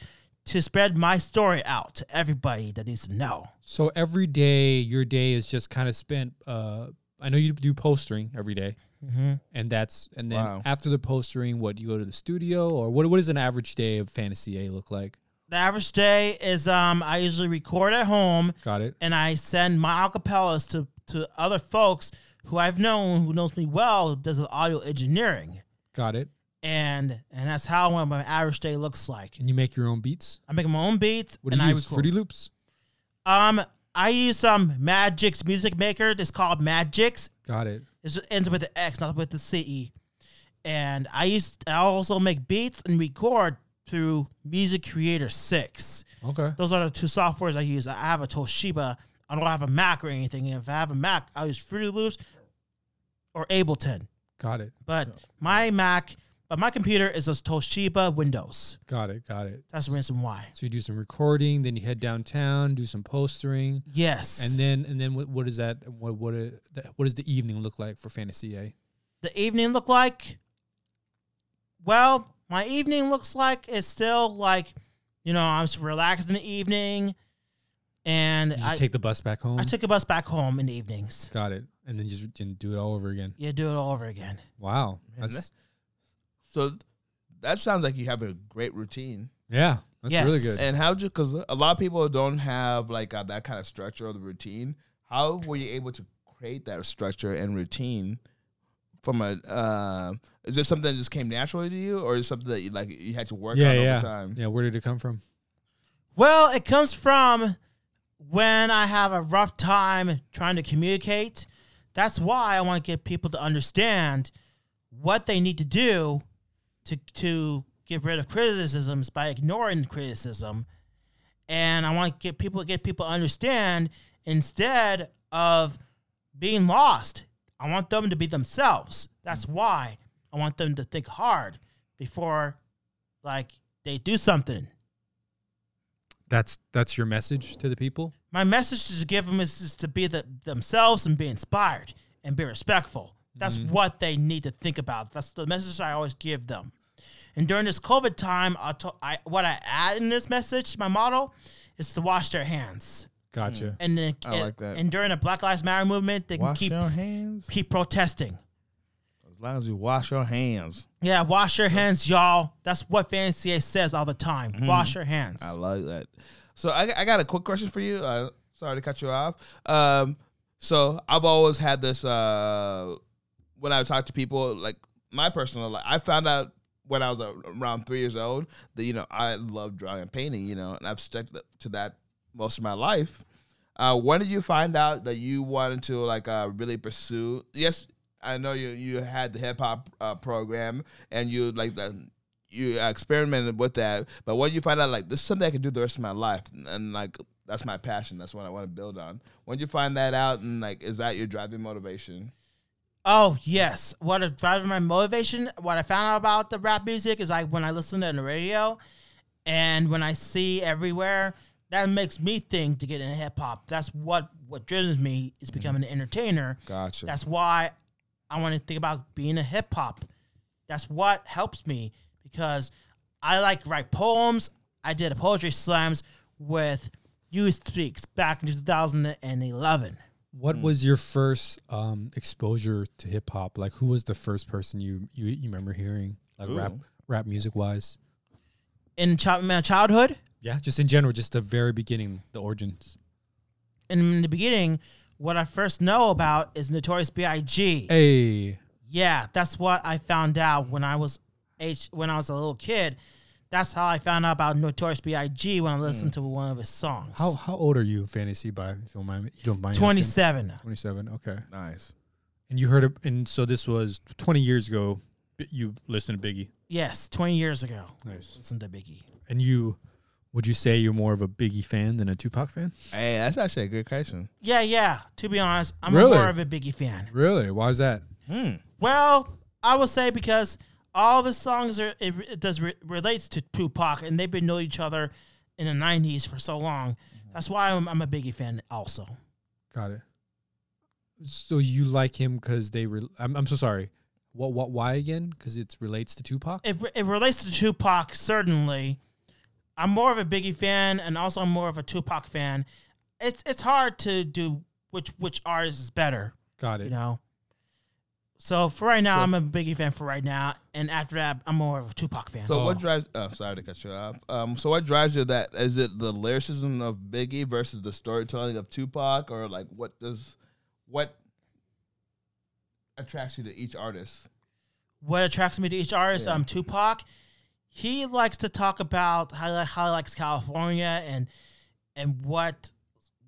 Speaker 2: to spread my story out to everybody that needs to know.
Speaker 1: So every day, your day is just kind of spent. Uh, I know you do postering every day, and that's and then
Speaker 3: Wow.
Speaker 1: after the postering, what you go to the studio or what? What does an average day of Fantasy A look like?
Speaker 2: The average day is um I usually record at home
Speaker 1: Got it.
Speaker 2: and I send my acapellas to to other folks who I've known who knows me well who does the audio engineering
Speaker 1: Got it.
Speaker 2: and and that's how my my average day looks like.
Speaker 1: And you make your own beats.
Speaker 2: I make my own beats
Speaker 1: What do
Speaker 2: and
Speaker 1: you
Speaker 2: I
Speaker 1: use?
Speaker 2: record.
Speaker 1: Fruity Loops.
Speaker 2: um I use some Magic's music maker. It's called Magic's.
Speaker 1: Got it.
Speaker 2: It ends with the X, not with the C E. And I used I also make beats and record through Music Creator Six.
Speaker 1: Okay.
Speaker 2: Those are the two softwares I use. I have a Toshiba. I don't have a Mac or anything. If I have a Mac, I use Fruity Loops or Ableton.
Speaker 1: Got it.
Speaker 2: But my Mac, but my computer is a Toshiba Windows.
Speaker 1: Got it. Got it.
Speaker 2: That's the reason why.
Speaker 1: So you do some recording, then you head downtown, do some postering,
Speaker 2: Yes.
Speaker 1: and then and then what, what is that? What what uh, that- what does the evening look like for Fantasy A?
Speaker 2: the evening look like? Well, my evening looks like it's still like, you know, I'm just relaxed in the evening, and
Speaker 1: You just
Speaker 2: I,
Speaker 1: take the bus back home.
Speaker 2: I took a bus back home in the evenings.
Speaker 1: Got it. And then just and do it all over again.
Speaker 2: You do it all over again.
Speaker 1: Wow.
Speaker 3: Man,
Speaker 1: That's
Speaker 3: So that sounds like you have a great routine.
Speaker 1: Yeah, that's really
Speaker 2: Yes.
Speaker 1: good.
Speaker 3: And how did you? Because a lot of people don't have like uh, that kind of structure or the routine. How were you able to create that structure and routine? From a, uh, is this something that just came naturally to you, or is something that you, like you had to work
Speaker 1: yeah,
Speaker 3: on
Speaker 1: yeah,
Speaker 3: over time?
Speaker 1: yeah. Where did it come from?
Speaker 2: Well, it comes from when I have a rough time trying to communicate. That's why I want to get people to understand what they need to do to to get rid of criticisms by ignoring criticism. And I want to get people get people to understand instead of being lost. I want them to be themselves. That's why I want them to think hard before like they do something.
Speaker 1: That's that's your message to the people.
Speaker 2: my message to give them is just to be the, themselves and be inspired and be respectful. That's
Speaker 3: Mm-hmm.
Speaker 2: what they need to think about. That's the message I always give them. And during this COVID time, I to- I, what I add in this message, my motto, is to wash their hands.
Speaker 1: Gotcha.
Speaker 2: And then,
Speaker 3: I like that.
Speaker 2: and during the Black Lives Matter movement, they
Speaker 3: Wash
Speaker 2: can
Speaker 3: your
Speaker 2: keep
Speaker 3: hands.
Speaker 2: keep protesting.
Speaker 3: As long as you wash your hands.
Speaker 2: Yeah, wash your hands, y'all. That's what Fantasy A says all the time. Wash your hands.
Speaker 3: Mm-hmm. I like that. So I, I got a quick question for you. Uh, sorry to cut you off. Um, so I've always had this uh, when I talk to people, like my personal life. I found out when I was uh, around three years old that you know I love drawing and painting. You know, and I've stuck to that most of my life. Uh, when did you find out that you wanted to like uh, really pursue? Yes, I know you you had the hip hop uh, program and you like the you experimented with that. But when you find out like this is something I can do the rest of my life and, and, like that's my passion, that's what I want to build on. When you find that out and like is that your driving motivation?
Speaker 2: Oh yes, what is driving my motivation? What I found out about the rap music is like when I listen to it on the radio, and when I see everywhere, that makes me think to get into hip hop. That's what what drives me is becoming an entertainer.
Speaker 3: Gotcha.
Speaker 2: That's why I want to think about being a hip hop. That's what helps me because I like write poems. I did a poetry slams with Youth Speaks back in 2011.
Speaker 1: What was your first um, exposure to hip hop? Like, who was the first person you you, you remember hearing like rap
Speaker 3: Ooh.
Speaker 1: rap music wise?
Speaker 2: in chi- my childhood,
Speaker 1: Yeah, just in general, just the very beginning, the origins.
Speaker 2: in the beginning, what I first know about is Notorious B.I.G.
Speaker 1: Hey,
Speaker 2: Yeah, that's what I found out when I was H when I was a little kid. That's how I found out about Notorious B.I.G. when I listened to one of his songs.
Speaker 1: how how old are you in fantasy? By if you don't mind, you don't mind
Speaker 2: Twenty seven.
Speaker 1: Twenty seven. Okay,
Speaker 3: Nice.
Speaker 1: and you heard it, and so this was twenty years ago. b- You listened to Biggie.
Speaker 2: Yes, twenty years ago.
Speaker 1: Nice.
Speaker 2: Listen to Biggie.
Speaker 1: And you, would you say you're more of a Biggie fan than a Tupac fan?
Speaker 3: Hey, that's actually a good question.
Speaker 2: Yeah, yeah. To be honest, I'm
Speaker 1: Really?
Speaker 2: more of a Biggie fan.
Speaker 1: Really? Why is that?
Speaker 2: Well, I would say because all the songs are it, it does re- relates to Tupac, and they've been knowing each other in the '90s for so long. That's why I'm, I'm a Biggie fan, also.
Speaker 1: Got it. So you like him because they were? I'm, I'm so sorry. What? What? Why again? Because it relates to Tupac.
Speaker 2: It re- it relates to Tupac certainly. I'm more of a Biggie fan, and also I'm more of a Tupac fan. It's it's hard to do which which artist is better,
Speaker 1: Got it.
Speaker 2: you know. So for right now,
Speaker 3: So-
Speaker 2: I'm a Biggie fan for right now, and after that, I'm more of a Tupac fan.
Speaker 3: So
Speaker 1: Oh.
Speaker 3: what drives? Oh, sorry to cut you off. Um, so what drives you? That is it the lyricism of Biggie versus the storytelling of Tupac, or like what does what attracts you to each artist?
Speaker 2: what attracts me to each artist, um, Tupac, he likes to talk about how how he likes California and and what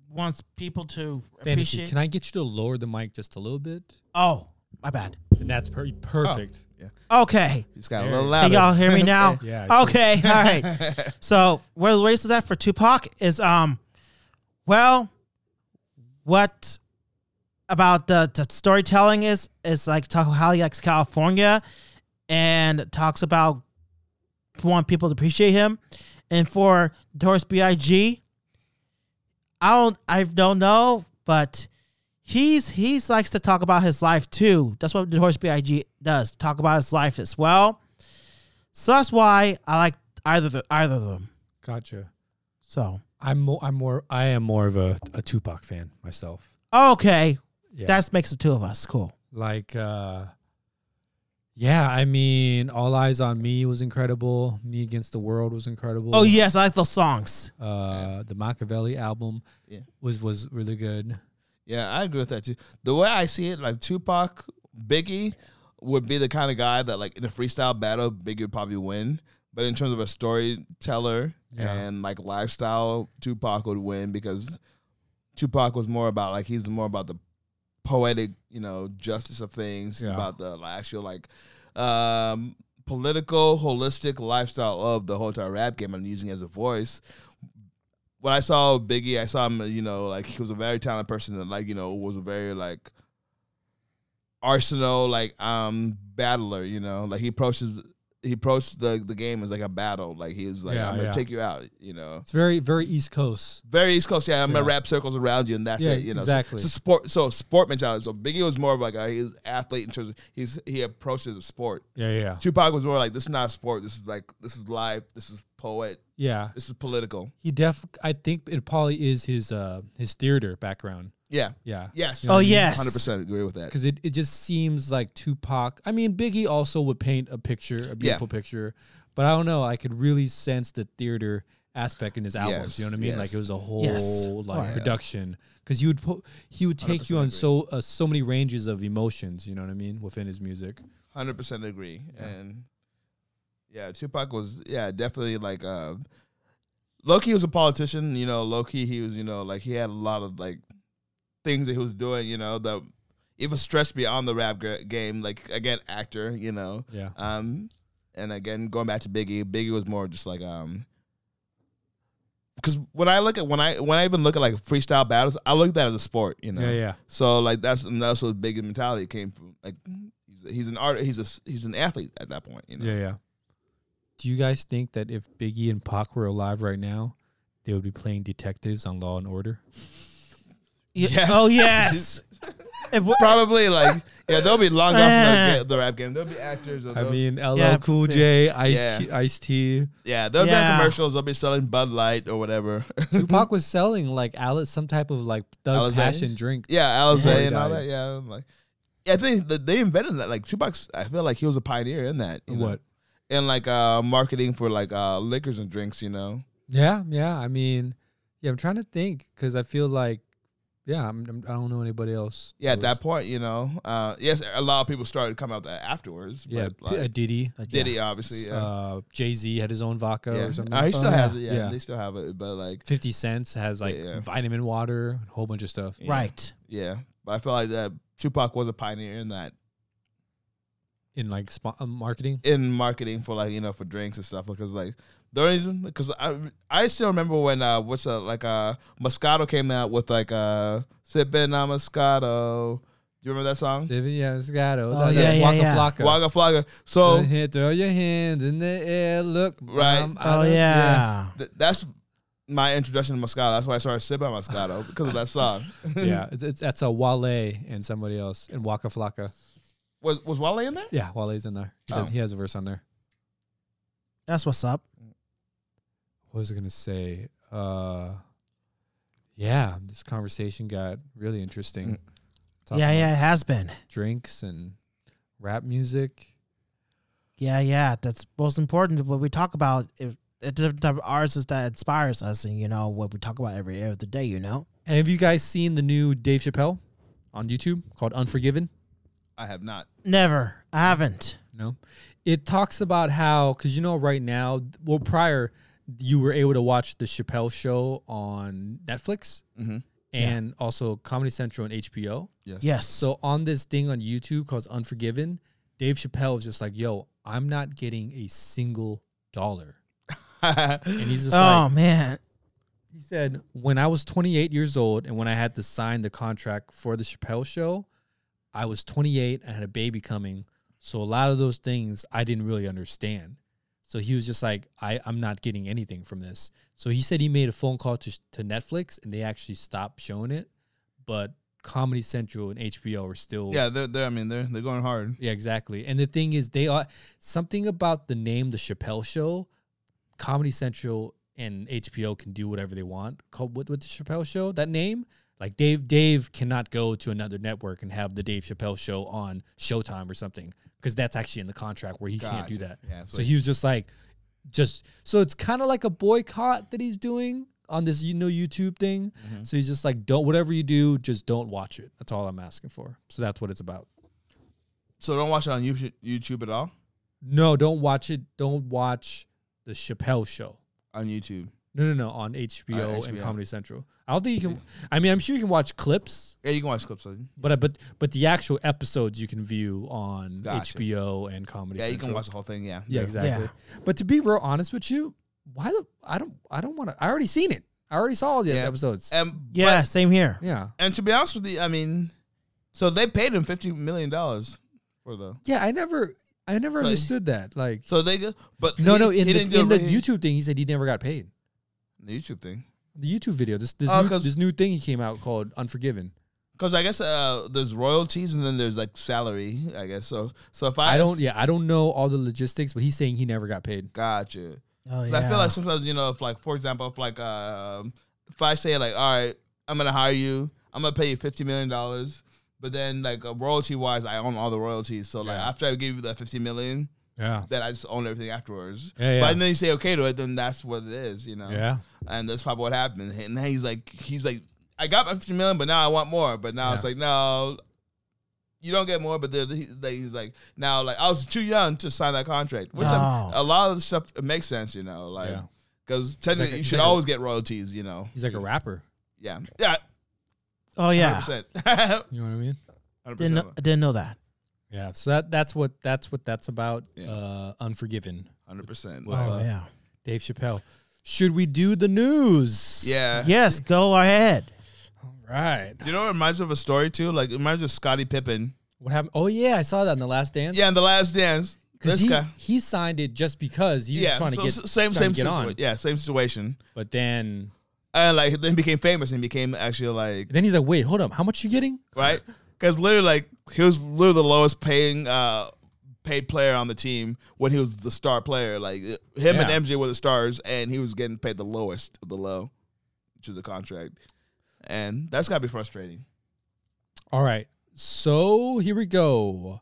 Speaker 2: wants people to
Speaker 1: Fantasy.
Speaker 2: appreciate.
Speaker 1: Can I get you to lower the mic just a little bit?
Speaker 2: oh, my bad.
Speaker 1: And that's per- perfect.
Speaker 3: Oh. Yeah,
Speaker 2: Okay,
Speaker 3: he's got a
Speaker 1: There
Speaker 3: little
Speaker 1: you
Speaker 2: can
Speaker 3: louder.
Speaker 2: y'all hear
Speaker 3: <laughs>
Speaker 2: me now?
Speaker 1: Yeah, I see.
Speaker 2: Okay. All right. So where the race is at for Tupac is um, well, what about the, the storytelling is is like talk how he likes California, and talks about want people to appreciate him, and for Doris Big, I don't I don't know, but he's he's likes to talk about his life too. That's what Doris Big does talk about his life as well. So that's why I like either the, either of them.
Speaker 1: Gotcha.
Speaker 2: So
Speaker 1: I'm more. I'm more. I am more of a, a Tupac fan myself.
Speaker 2: okay,
Speaker 1: Yeah.
Speaker 2: that makes the two of us. Cool.
Speaker 1: like uh yeah i mean all eyes on me was incredible me against the world was incredible
Speaker 2: Oh yes, I like those songs.
Speaker 1: uh the machiavelli album
Speaker 3: Yeah.
Speaker 1: was was really good
Speaker 3: Yeah, I agree with that too. The way I see it, like Tupac, Biggie would be the kind of guy that, like in a freestyle battle, Biggie would probably win. But in terms of a storyteller
Speaker 1: Yeah.
Speaker 3: and like lifestyle, Tupac would win because Tupac was more about like he's more about the poetic, you know, justice of things,
Speaker 1: Yeah.
Speaker 3: about the like, actual like um, political, holistic lifestyle of the whole entire rap game and using it as a voice when I saw Biggie, I saw him, you know, like he was a very talented person and like, you know, was a very like arsenal, like um battler, you know. Like he approaches he approached the, the game as like a battle. Like he's like,
Speaker 1: Yeah,
Speaker 3: I'm gonna
Speaker 1: yeah.
Speaker 3: take you out, you know.
Speaker 1: it's very very east coast
Speaker 3: Very East Coast, yeah. I'm gonna
Speaker 1: Yeah.
Speaker 3: wrap circles around you, and that's
Speaker 1: Yeah,
Speaker 3: it. You know, So-
Speaker 1: exactly.
Speaker 3: So, sport, so sport mentality. So Biggie was more of like a he's athlete in terms of he's he approaches a sport.
Speaker 1: yeah yeah
Speaker 3: Tupac was more like this is not a sport. This is like this is life. This is poet.
Speaker 1: yeah
Speaker 3: This is political.
Speaker 1: he def i think it probably is his uh his theater background
Speaker 3: Yeah.
Speaker 1: yeah
Speaker 3: Yes.
Speaker 2: Oh yes,
Speaker 3: Hundred percent agree with that.
Speaker 1: because it, it just seems like Tupac. I mean, Biggie also would paint a picture, a beautiful picture, but I don't know. I could really sense the theater aspect in his albums.
Speaker 3: Yes,
Speaker 1: you know what I mean? Like
Speaker 3: yes.
Speaker 1: it was a whole
Speaker 2: Yes.
Speaker 1: like
Speaker 3: yeah.
Speaker 1: production because you would put he would take you
Speaker 3: 100%
Speaker 1: on
Speaker 3: agree.
Speaker 1: so uh, so many ranges of emotions. You know what I mean within his music.
Speaker 3: Hundred percent agree, and yeah, Tupac was yeah definitely like uh, Loki was a politician. You know, Loki he was you know like he had a lot of like things that he was doing. You know that even stressed beyond the rap g- game. Like again, actor. You know,
Speaker 1: Yeah,
Speaker 3: um, and again going back to Biggie, Biggie was more just like um. Because when I look at when I when I even look at like freestyle battles, I look at that as a sport, you know.
Speaker 1: yeah, yeah.
Speaker 3: So like that's and that's what big mentality came from. Like he's, he's an art, he's a he's an athlete at that point. You know,
Speaker 1: Yeah, yeah. Do you guys think that if Biggie and Pac were alive right now, they would be playing detectives on Law and Order?
Speaker 2: Ye-
Speaker 3: Yes.
Speaker 2: Oh yes, If we-
Speaker 3: Probably
Speaker 2: <laughs>
Speaker 3: like yeah, they'll be long gone from
Speaker 2: Eh.
Speaker 3: the, the rap game. There'll be actors. Or
Speaker 1: I
Speaker 3: they'll-
Speaker 1: mean, LL
Speaker 2: Yeah,
Speaker 1: Cool
Speaker 2: yeah.
Speaker 1: J, Ice
Speaker 3: Yeah.
Speaker 1: T- Ice T.
Speaker 3: yeah, they'll be
Speaker 2: Yeah.
Speaker 3: on commercials. They'll be selling Bud Light or whatever. <laughs>
Speaker 1: Tupac was selling like Alice some type of like Doug
Speaker 3: Alize?
Speaker 1: Passion drink.
Speaker 3: yeah, Alize
Speaker 1: Yeah.
Speaker 3: and all that. Yeah, I'm like yeah, I think that they invented that. Like Tupac's, I feel like he was a pioneer in that. you know?
Speaker 1: What?
Speaker 3: in like uh marketing for like uh liquors and drinks. You know,
Speaker 1: Yeah, yeah. I mean, yeah. I'm trying to think because I feel like, yeah, I'm, I'm, I don't know anybody else.
Speaker 3: yeah, at
Speaker 1: that
Speaker 3: that point, you know, uh yes, a lot of people started coming out that afterwards.
Speaker 1: Yeah,
Speaker 3: but,
Speaker 1: P- uh,
Speaker 3: like,
Speaker 1: Diddy.
Speaker 3: Diddy obviously. Yeah.
Speaker 1: Uh, Jay Z had his own vodka
Speaker 3: yeah.
Speaker 1: or something.
Speaker 3: I
Speaker 1: like
Speaker 3: still
Speaker 1: that.
Speaker 3: have it. Yeah, they still have it, but like,
Speaker 1: Fifty Cents has like
Speaker 3: Yeah, yeah.
Speaker 1: vitamin water, a whole bunch of stuff.
Speaker 3: yeah.
Speaker 2: right.
Speaker 3: Yeah, but I feel like that Tupac was a pioneer in that
Speaker 1: in like spo- uh, marketing.
Speaker 3: in marketing for like you know for drinks and stuff because like the only reason because I I still remember when uh what's uh like uh Moscato came out with like uh sippin' on Moscato. Do you remember that song?
Speaker 1: Yeah, Moscato.
Speaker 2: Oh,
Speaker 1: That-
Speaker 2: yeah,
Speaker 1: that's
Speaker 2: yeah,
Speaker 1: Waka
Speaker 2: yeah.
Speaker 1: Flocka.
Speaker 3: Wagga Flagga.
Speaker 1: Go
Speaker 3: So
Speaker 1: ahead, throw your hands in the air. Look,
Speaker 3: Right.
Speaker 1: Mom, I
Speaker 2: Oh
Speaker 1: don't-
Speaker 2: yeah.
Speaker 3: th- that's my introduction to Moscato. That's why I started sipping on Moscato because of that song.
Speaker 1: yeah. <laughs> Yeah, It's, it's that's a Wale and somebody else and Waka Flocka.
Speaker 3: <laughs> Was was Wale in there?
Speaker 1: Yeah, Wale's in there. He, does,
Speaker 3: Oh.
Speaker 1: he has a verse on there.
Speaker 2: That's what's up.
Speaker 1: What was I gonna say? Uh, yeah, this conversation got really interesting. Talking
Speaker 2: yeah,
Speaker 1: about
Speaker 2: yeah, it has been.
Speaker 1: drinks and rap music.
Speaker 2: Yeah, yeah. That's most important. What we talk about, if a different type of artist that inspires us, and you know what we talk about every every day, you know.
Speaker 1: And have you guys seen the new Dave Chappelle on YouTube called Unforgiven?
Speaker 3: I have not.
Speaker 2: Never, I haven't.
Speaker 1: No. It talks about how, because you know, right now, well, prior, you were able to watch the Chappelle show on Netflix
Speaker 3: Mm-hmm.
Speaker 1: and also Comedy Central and HBO.
Speaker 3: Yes. <laughs>
Speaker 2: Yes.
Speaker 1: So on this thing on YouTube called Unforgiven, Dave Chappelle is just like, yo, I'm not getting a single dollar. And he's just like,
Speaker 2: oh man.
Speaker 1: He said, When I was 28 years old and when I had to sign the contract for the Chappelle show, I was 28. I had a baby coming. So a lot of those things I didn't really understand. So he was just like, I, I'm not getting anything from this. So he said he made a phone call to, to Netflix and they actually stopped showing it. But Comedy Central and HBO are still.
Speaker 3: yeah, they're, they're I mean they're they're going hard.
Speaker 1: Yeah, exactly. And the thing is, they are something about the name, the Chappelle Show, Comedy Central and HBO can do whatever they want. Called with, with the Chappelle Show, that name, like Dave, Dave cannot go to another network and have the Dave Chappelle Show on Showtime or something because that's actually in the contract where he can't do
Speaker 3: Gotcha.
Speaker 1: that.
Speaker 3: Yeah, so
Speaker 1: so he was just like, just so it's kind of like a boycott that he's doing on this you know YouTube thing. So he's just like, don't whatever you do, just don't watch it. That's all I'm asking for. So that's what it's about.
Speaker 3: So don't watch it on YouTube, YouTube at all.
Speaker 1: No, don't watch it. Don't watch the Chappelle show.
Speaker 3: On YouTube,
Speaker 1: No, no, no. On HBO, and
Speaker 3: HBO.
Speaker 1: Comedy Central. I don't think you can. I mean, I'm sure you can watch clips,
Speaker 3: yeah, you can watch clips. Of it.
Speaker 1: but but but the actual episodes you can view on
Speaker 3: Gotcha.
Speaker 1: HBO and Comedy.
Speaker 3: Yeah, you
Speaker 1: Central.
Speaker 3: can watch the whole thing. Yeah,
Speaker 1: Yeah,
Speaker 3: They're-
Speaker 1: exactly. But to be real honest with you, why the I don't I don't want to. I already seen it. I already saw all the
Speaker 3: Yeah.
Speaker 1: episodes.
Speaker 3: And
Speaker 2: Yeah,
Speaker 3: yeah,
Speaker 2: same here.
Speaker 1: yeah,
Speaker 3: and to be honest with you, I mean, so they paid him fifty million dollars for the.
Speaker 1: yeah. I never I never
Speaker 3: So-
Speaker 1: understood that. Like
Speaker 3: So they go, but
Speaker 1: no,
Speaker 3: he-
Speaker 1: no.
Speaker 3: he
Speaker 1: In the,
Speaker 3: didn't do
Speaker 1: in the
Speaker 3: re-
Speaker 1: YouTube thing, he said he never got paid.
Speaker 3: the YouTube thing,
Speaker 1: The YouTube video, this this,
Speaker 3: Oh,
Speaker 1: new,
Speaker 3: 'cause-
Speaker 1: this new thing he came out called Unforgiven.
Speaker 3: because I guess uh, there's royalties and then there's like salary. I guess so. So if I,
Speaker 1: I don't. Yeah, I don't know all the logistics, but he's saying he never got paid.
Speaker 3: gotcha.
Speaker 2: Oh
Speaker 3: 'Cause
Speaker 2: yeah.
Speaker 3: I feel like sometimes you know, if like for example, if like um, if I say like, all right, I'm gonna hire you, I'm gonna pay you fifty million dollars, but then like uh, royalty wise, I own all the royalties. So like
Speaker 1: Yeah.
Speaker 3: after I give you that fifty million,
Speaker 1: Yeah.
Speaker 3: then I just own everything afterwards.
Speaker 1: Yeah, yeah.
Speaker 3: But then you say okay to it, then that's what it is, you know. And that's probably what happened. And then he's like, he's like, I got my fifty million, but now I want more. But now it's
Speaker 1: Yeah.
Speaker 3: like no. You don't get more, but they're- he- like, he's like now, like I was too young to sign that contract, which I-
Speaker 2: Wow.
Speaker 3: a lot of the stuff it makes sense, you know, like
Speaker 1: Oh. Yeah.
Speaker 3: because technically,
Speaker 1: like a-
Speaker 3: you
Speaker 1: he's
Speaker 3: should
Speaker 1: like a-
Speaker 3: always get royalties. You know.
Speaker 1: He's like a rapper.
Speaker 3: Yeah. Yeah.
Speaker 2: oh yeah.
Speaker 3: Hundred percent. <laughs>
Speaker 1: You know what I mean?
Speaker 3: Hundred
Speaker 2: Didn't know,
Speaker 1: uh,
Speaker 3: percent.
Speaker 2: didn't know that.
Speaker 1: Yeah. So that that's what that's what that's about.
Speaker 3: Yeah.
Speaker 1: Uh, Unforgiven.
Speaker 3: Hundred percent.
Speaker 1: Well-
Speaker 2: oh
Speaker 1: uh,
Speaker 2: yeah.
Speaker 1: Dave Chappelle. Should we do the news?
Speaker 3: Yeah.
Speaker 2: Yes, go ahead.
Speaker 1: All right.
Speaker 3: Do you know what reminds me of a story too? Like it reminds me of Scottie Pippen.
Speaker 1: What happened? Oh yeah, I saw that in the Last Dance.
Speaker 3: Yeah, in the Last Dance,
Speaker 1: Because
Speaker 3: this
Speaker 1: he,
Speaker 3: guy.
Speaker 1: he signed it just because he
Speaker 3: Yeah,
Speaker 1: was trying
Speaker 3: so-
Speaker 1: to get
Speaker 3: so same
Speaker 1: trying
Speaker 3: same
Speaker 1: to get on.
Speaker 3: situa- Yeah, same situation.
Speaker 1: But then
Speaker 3: And like then became famous and became actually like
Speaker 2: <laughs>
Speaker 1: then he's like, wait, hold up, how much you getting?
Speaker 3: right because literally, like he was literally the lowest paying uh, paid player on the team when he was the star player. Like him
Speaker 1: Yeah.
Speaker 3: and MJ were the stars, and he was getting paid the lowest of the low, which is a contract, and that's gotta
Speaker 2: <laughs>
Speaker 3: be frustrating.
Speaker 1: All right. So here we go.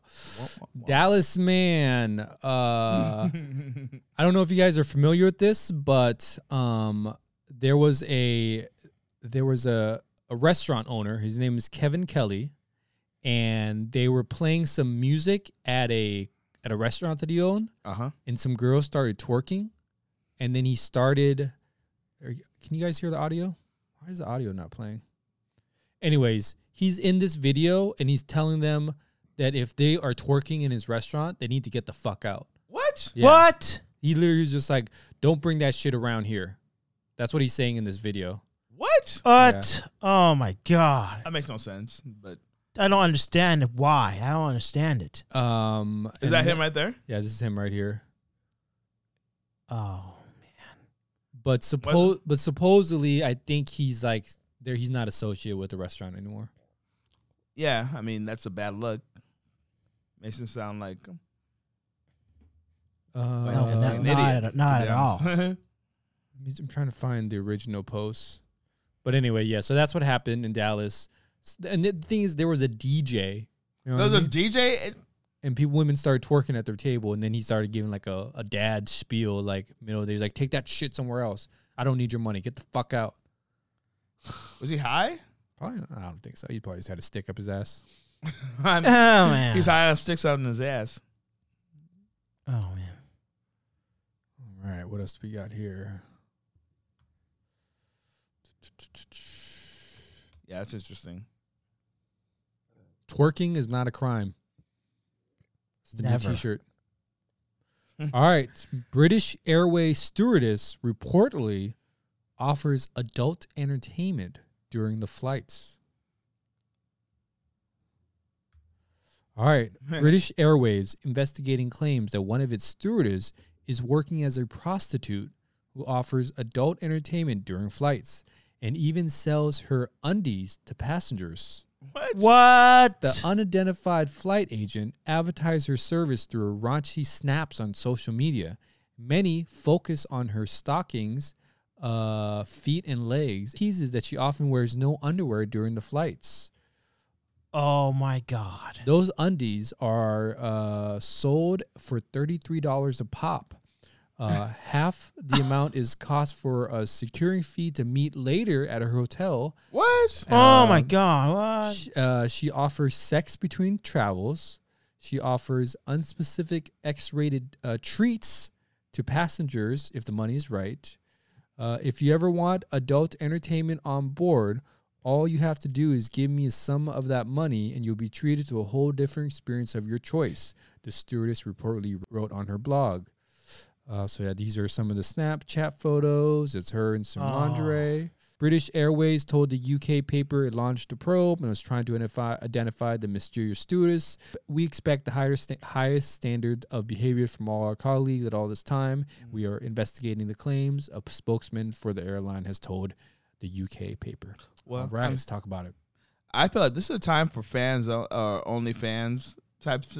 Speaker 1: Dallas man.
Speaker 3: <laughs>
Speaker 1: Uh I don't know if you guys are familiar with this, but um there was a there was a, a restaurant owner, his name is Kevin Kelly, and they were playing some music at a at a restaurant that he owned,
Speaker 3: Uh huh.
Speaker 1: and some girls started twerking, and then he started are you- can you guys hear the audio? Why is the audio not playing? Anyways, he's in this video and he's telling them that if they are twerking in his restaurant, they need to get the fuck out.
Speaker 3: What?
Speaker 1: Yeah.
Speaker 2: What?
Speaker 1: He literally was just like, "Don't bring that shit around here." That's what he's saying in this video.
Speaker 3: What?
Speaker 2: What? Oh my god!
Speaker 3: That makes no sense. But
Speaker 2: I don't understand why. I don't understand it.
Speaker 1: Um,
Speaker 3: is
Speaker 1: and
Speaker 3: that
Speaker 1: the-
Speaker 3: him right there?
Speaker 1: Yeah, this is him right here.
Speaker 2: Oh,
Speaker 1: But suppo- but supposedly, I think he's like there. He's not associated with the restaurant anymore.
Speaker 3: Yeah. I mean, that's a bad look. Makes him sound like
Speaker 1: Uh,
Speaker 3: like an
Speaker 2: Oh, no, not
Speaker 3: idiot,
Speaker 2: at- not
Speaker 3: to be
Speaker 2: at
Speaker 3: <laughs>
Speaker 2: all.
Speaker 3: honest.
Speaker 1: Let me- I'm trying to find the original post. But anyway, yeah. So that's what happened in Dallas. S- And the thing is, there was a DJ. You know what I
Speaker 3: There's a
Speaker 1: mean?
Speaker 3: DJ. and-
Speaker 1: and people women started twerking at their table and then he started giving like a, a dad spiel like you know they're like take that shit somewhere else i don't need your money get the fuck out
Speaker 3: Was he <laughs> high?
Speaker 1: probably i don't think so he probably just had a stick up his ass
Speaker 2: oh
Speaker 3: I'm-
Speaker 2: man!
Speaker 3: He's high on sticks out in his ass.
Speaker 2: oh man!
Speaker 1: all right what else do we got here
Speaker 3: Yeah, that's interesting.
Speaker 1: twerking is not a crime it's the
Speaker 2: Never.
Speaker 1: new t-shirt all right british airway stewardess reportedly offers adult entertainment during the flights All right. British Airways investigating claims that one of its stewardess is working as a prostitute who offers adult entertainment during flights and even sells her undies to passengers.
Speaker 3: What?
Speaker 2: What?
Speaker 1: The unidentified flight agent advertised her service through raunchy snaps on social media. Many focus on her stockings, uh, feet, and legs. Teases that she often wears no underwear during the flights.
Speaker 2: oh my god!
Speaker 1: Those undies are uh, sold for thirty-three dollars a pop. Uh, half the amount is cost for a securing fee to meet later at her hotel.
Speaker 3: What?
Speaker 2: oh my
Speaker 1: Um,
Speaker 2: god! What?
Speaker 1: Sh- uh, she offers sex between travels. She offers unspecific X-rated uh, treats to passengers if the money is right. Uh, if you ever want adult entertainment on board, all you have to do is give me some of that money, and you'll be treated to a whole different experience of your choice. The stewardess reportedly wrote on her blog. Uh, so yeah, these are some of the Snapchat photos. It's her in some
Speaker 2: Oh.
Speaker 1: lingerie. British Airways told the UK paper it launched a probe and was trying to identify, identify the mysterious stewardess. We expect the higher sta- highest standard of behavior from all our colleagues at all this time. We are investigating the claims. A spokesman for the airline has told the UK paper.
Speaker 3: Well,
Speaker 1: all right,
Speaker 3: I'm-
Speaker 1: let's talk about it.
Speaker 3: I feel like this is a time for fans uh, or only fans type s-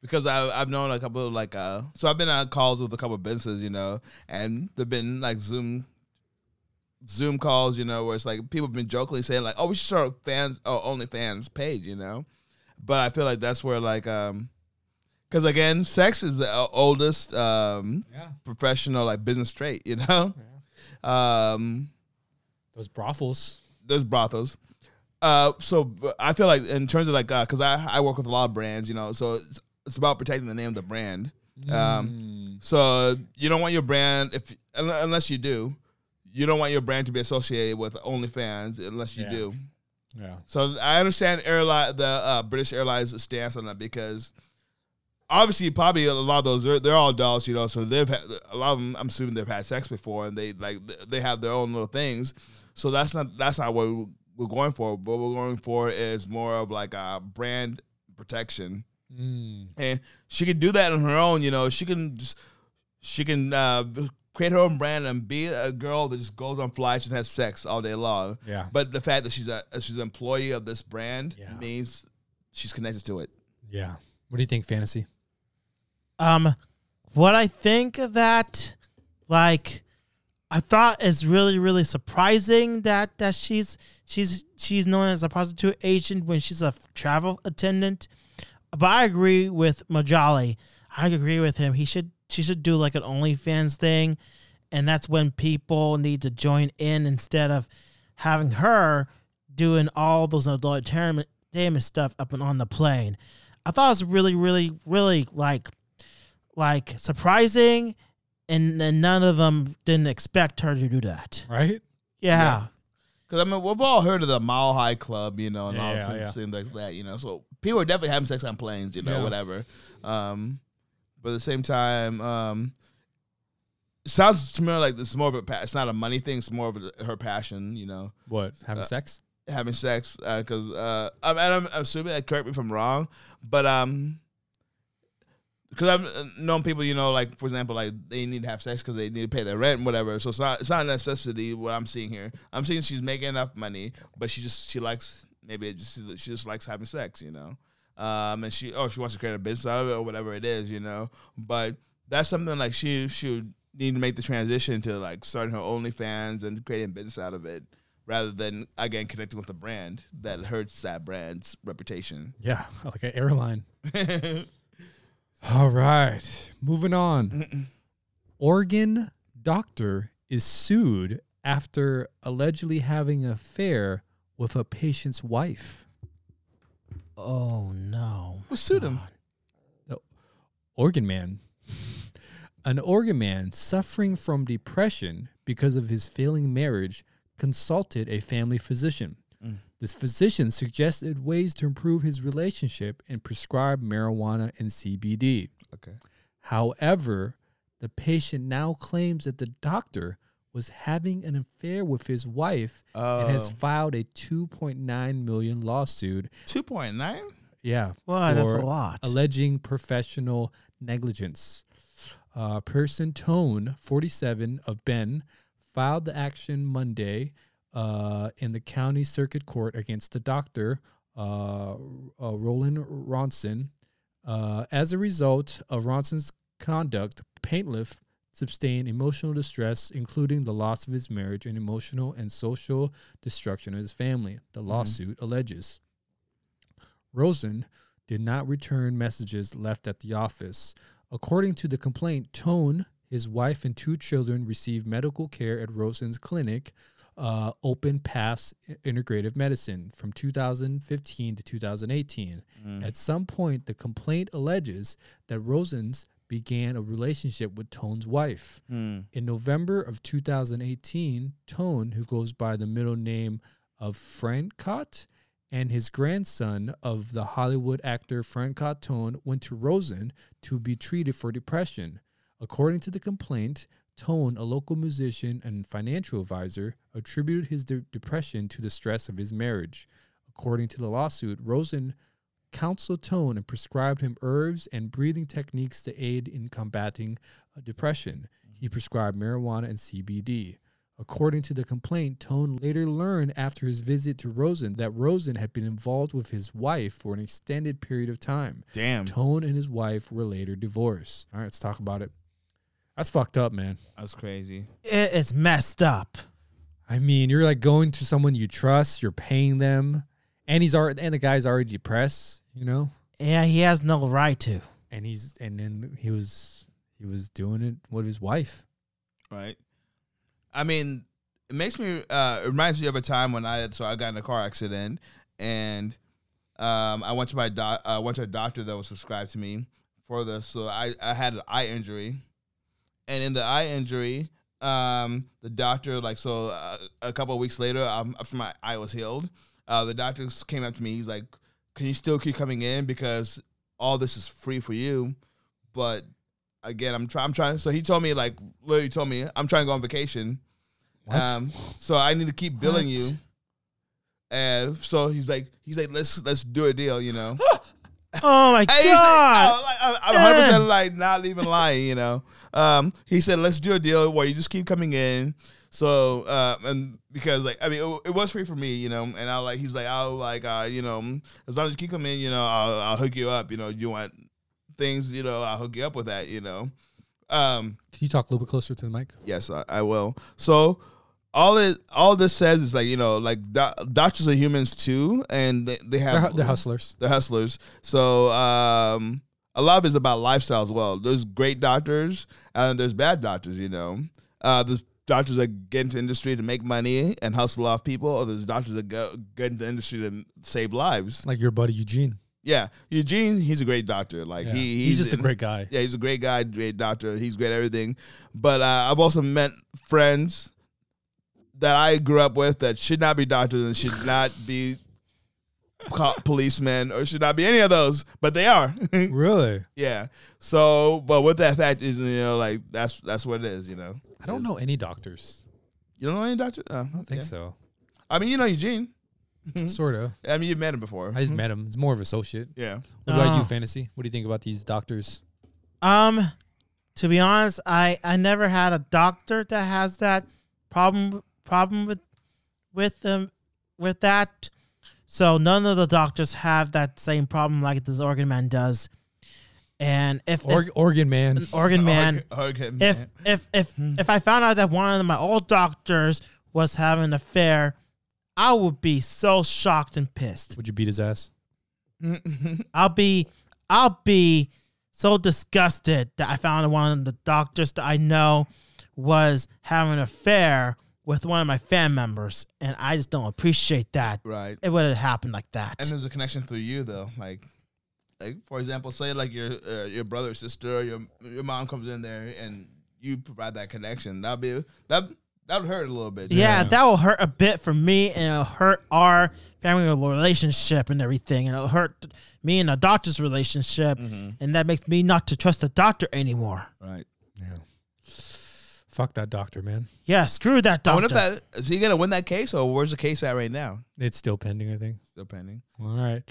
Speaker 3: because I, I've known a couple of like uh so I've been on calls with a couple of businesses you know and there've been like Zoom Zoom calls you know where it's like people have been jokingly saying like oh we should start a fans oh only fans page you know but I feel like that's where like um because again sex is the o- oldest um
Speaker 1: Yeah,
Speaker 3: professional like business trait you <laughs> know um
Speaker 1: those brothels.
Speaker 3: there's brothels. Uh, so but I feel like in terms of like, uh, cause I, I work with a lot of brands, you know, so it's, it's about protecting the name of the brand. Um,
Speaker 1: Mm.
Speaker 3: so you don't want your brand if un- unless you do, you don't want your brand to be associated with OnlyFans unless you
Speaker 1: Yeah.
Speaker 3: do.
Speaker 1: yeah,
Speaker 3: So I understand airline the uh, British Airlines stance on that because obviously probably a lot of those they're, they're all adults, you know. So they've had, a lot of them. I'm assuming they've had sex before, and they like th- they have their own little things. So that's not that's not what we- we're going for. What we're going for is more of like a brand protection,
Speaker 1: Mm.
Speaker 3: and she can do that on her own. You know, she can just she can uh, create her own brand and be a girl that just goes on flights and has sex all day long.
Speaker 1: Yeah.
Speaker 3: But the fact that she's a she's an employee of this brand
Speaker 1: Yeah.
Speaker 3: means she's connected to it.
Speaker 1: Yeah. What do you think, fantasy?
Speaker 2: Um, what I think of that, like, I thought is really really surprising that that she's she's she's known as a prostitute agent when she's a travel attendant. But I agree with Majali. I agree with him. He should she should do like an OnlyFans thing, and that's when people need to join in instead of having her doing all those adult entertainment entertainment stuff up and on the plane. I thought it was really, really, really like like surprising, and, and none of them didn't expect her to do that.
Speaker 1: Right?
Speaker 2: Yeah,
Speaker 3: Because I mean, we've all heard of the Mile High Club, you know, and
Speaker 1: Yeah,
Speaker 3: all
Speaker 1: yeah,
Speaker 3: things,
Speaker 1: yeah.
Speaker 3: things like that, you know. So people are definitely having sex on planes, you know,
Speaker 1: Yeah.
Speaker 3: whatever. Um, but at the same time, um, it sounds to me like it's more of a pa- it's not a money thing. It's more of a, her passion, you know,
Speaker 1: What? Having
Speaker 3: Uh,
Speaker 1: sex?
Speaker 3: having sex. Because uh, I'm, and I'm assuming, uh, correct me if I'm wrong, but um. Because I've uh, known people, you know, like for example, like they need to have sex because they need to pay their rent and whatever. So it's not it's not a necessity. What I'm seeing here, I'm seeing she's making enough money, but she just she likes maybe it just she just likes having sex, you know. Um, and she oh she wants to create a business out of it or whatever it is, you know. But that's something like she she would need to make the transition to like starting her OnlyFans and creating business out of it, rather than again connecting with a brand that hurts that brand's reputation.
Speaker 1: Yeah. <laughs> Like an airline. All right. Moving on. <clears throat> Oregon doctor is sued after allegedly having an affair with a patient's wife.
Speaker 2: Oh no.
Speaker 3: Well, suit him.
Speaker 1: Oregon man. An Oregon man suffering from depression because of his failing marriage consulted a family physician. This physician suggested ways to improve his relationship and prescribed marijuana and CBD.
Speaker 3: Okay.
Speaker 1: However, the patient now claims that the doctor was having an affair with his wife and has
Speaker 3: Oh.
Speaker 1: filed a 2.9 million lawsuit.
Speaker 3: Two point nine.
Speaker 1: Yeah,
Speaker 2: Wow, that's a
Speaker 1: for
Speaker 2: lot.
Speaker 1: Alleging professional negligence. Uh, person Tone, 47 of Ben, filed the action Monday uh, in the county circuit court against the doctor, uh, uh, Roland Ronson. Uh, as a result of Ronson's conduct, Paintliff sustained emotional distress, including the loss of his marriage and emotional and social destruction of his family, the lawsuit alleges. Rosen did not return messages left at the office. According to the complaint, Tone, his wife, and two children received medical care at Rosen's clinic, uh, Open Paths Integrative Medicine, from 2015 to 2018. At some point, the complaint alleges that Rosen's began a relationship with Tone's wife. In November of 2018, Tone, who goes by the middle name of Francott, and his grandson of the Hollywood actor Francott Tone went to Rosen to be treated for depression. According to the complaint, Tone, a local musician and financial advisor, attributed his de- depression to the stress of his marriage. According to the lawsuit, Rosen counseled Tone and prescribed him herbs and breathing techniques to aid in combating uh, depression. He prescribed marijuana and CBD. According to the complaint, Tone later learned after his visit to Rosen that Rosen had been involved with his wife for an extended period of time.
Speaker 3: Damn,
Speaker 1: Tone and his wife were later divorced. All right, let's talk about it. That's fucked up, man.
Speaker 3: that's crazy.
Speaker 2: It is messed up.
Speaker 1: I mean, you're like going to someone you trust, you're paying them, and he's already and the guy's already depressed, you know?
Speaker 2: Yeah, he has no right to.
Speaker 1: And he's and then he was he was doing it with his wife.
Speaker 3: right? I mean, it makes me. Uh, it reminds me of a time when I so I got in a car accident and um, I went to my doc. I went to a doctor that was subscribed to me for this. So I I had an eye injury, and in the eye injury, um, the doctor like so uh, a couple of weeks later um, after my eye was healed, uh, the doctor s- came up to me. He's like, "Can you still keep coming in because all this is free for you, but again, I'm trying. I'm trying. So he told me, like, literally told me, I'm trying to go on vacation.
Speaker 1: What?
Speaker 3: Um, so I need to keep billing
Speaker 1: What? <laughs>
Speaker 3: you. And so he's like, he's like, let's let's do a deal, you know.
Speaker 2: Oh my
Speaker 3: I used to-
Speaker 2: god!
Speaker 3: I was like, I'm 100 percent like not even lying, you know. Um, he said, "Let's do a deal where you just keep coming in." So, uh, and because like I mean, it, it was free for me, you know. And I like he's like, I'll like uh, you know, as long as you keep coming, you know, I'll, I'll hook you up. You know, you want things, you know, I'll hook you up with that, you know. Um,
Speaker 1: Can you talk a little bit closer to the mic?
Speaker 3: Yes, I, I will. So all it all this says is like you know like do- doctors are humans too, and they, they
Speaker 1: They're,
Speaker 3: have
Speaker 1: hu- they're hustlers.
Speaker 3: they're hustlers. So um, a lot of it's about lifestyle as well. There's great doctors and there's bad doctors. You know, uh, there's doctors that get into industry to make money and hustle off people, or there's doctors that go, get into industry to save lives.
Speaker 1: Like your buddy Eugene.
Speaker 3: Yeah, Eugene, he's a great doctor. Like
Speaker 1: Yeah.
Speaker 3: he,
Speaker 1: he's, just a great guy.
Speaker 3: yeah, he's a great guy, great doctor. He's great at everything. But uh, I've also met friends that I grew up with that should not be doctors and should not be cop policemen or should not be any of those, but they are. <laughs>
Speaker 1: Really?
Speaker 3: yeah. So, but with that fact is, you know, like that's that's what it is. You know,
Speaker 1: I don't know any doctors.
Speaker 3: you don't know any doctor? Uh, I
Speaker 1: I think so.
Speaker 3: I mean, you know Eugene. Mm-hmm.
Speaker 1: Sort of.
Speaker 3: I mean, you've met him before.
Speaker 1: I just met him. It's more of associate.
Speaker 3: yeah.
Speaker 1: What do I
Speaker 2: Oh.
Speaker 1: do fantasy? What do you think about these doctors?
Speaker 2: Um, to be honest, I I never had a doctor that has that problem problem with with um with that. So none of the doctors have that same problem like this organ man does. And if, if
Speaker 1: Org- Oregon man.
Speaker 3: Mm.
Speaker 2: an organ man,
Speaker 3: Okay.
Speaker 2: if if if if I found out that one of my old doctors was having an affair, I would be so shocked and pissed.
Speaker 1: Would you beat his ass?
Speaker 2: I'll be I'll be so disgusted that I found one of the doctors that I know was having an affair with one of my fan members, and I just don't appreciate that.
Speaker 3: right.
Speaker 2: It would have happened like that.
Speaker 3: and there's a connection through you though like like for example say like your uh, your brother or sister or your your mom comes in there and you provide that connection that'll be that that would hurt a little bit
Speaker 2: yeah, that will hurt a bit for me, and it'll hurt our family relationship and everything, and it'll hurt me and the doctor's relationship,
Speaker 3: Mm-hmm.
Speaker 2: and that makes me not to trust the doctor anymore.
Speaker 3: right
Speaker 1: Yeah. Fuck that doctor, man.
Speaker 2: Yeah, screw that
Speaker 3: i
Speaker 2: doctor.
Speaker 3: wonder if that is he gonna win that case or where's the case at right now
Speaker 1: It's still pending, I think.
Speaker 3: still pending
Speaker 1: All right.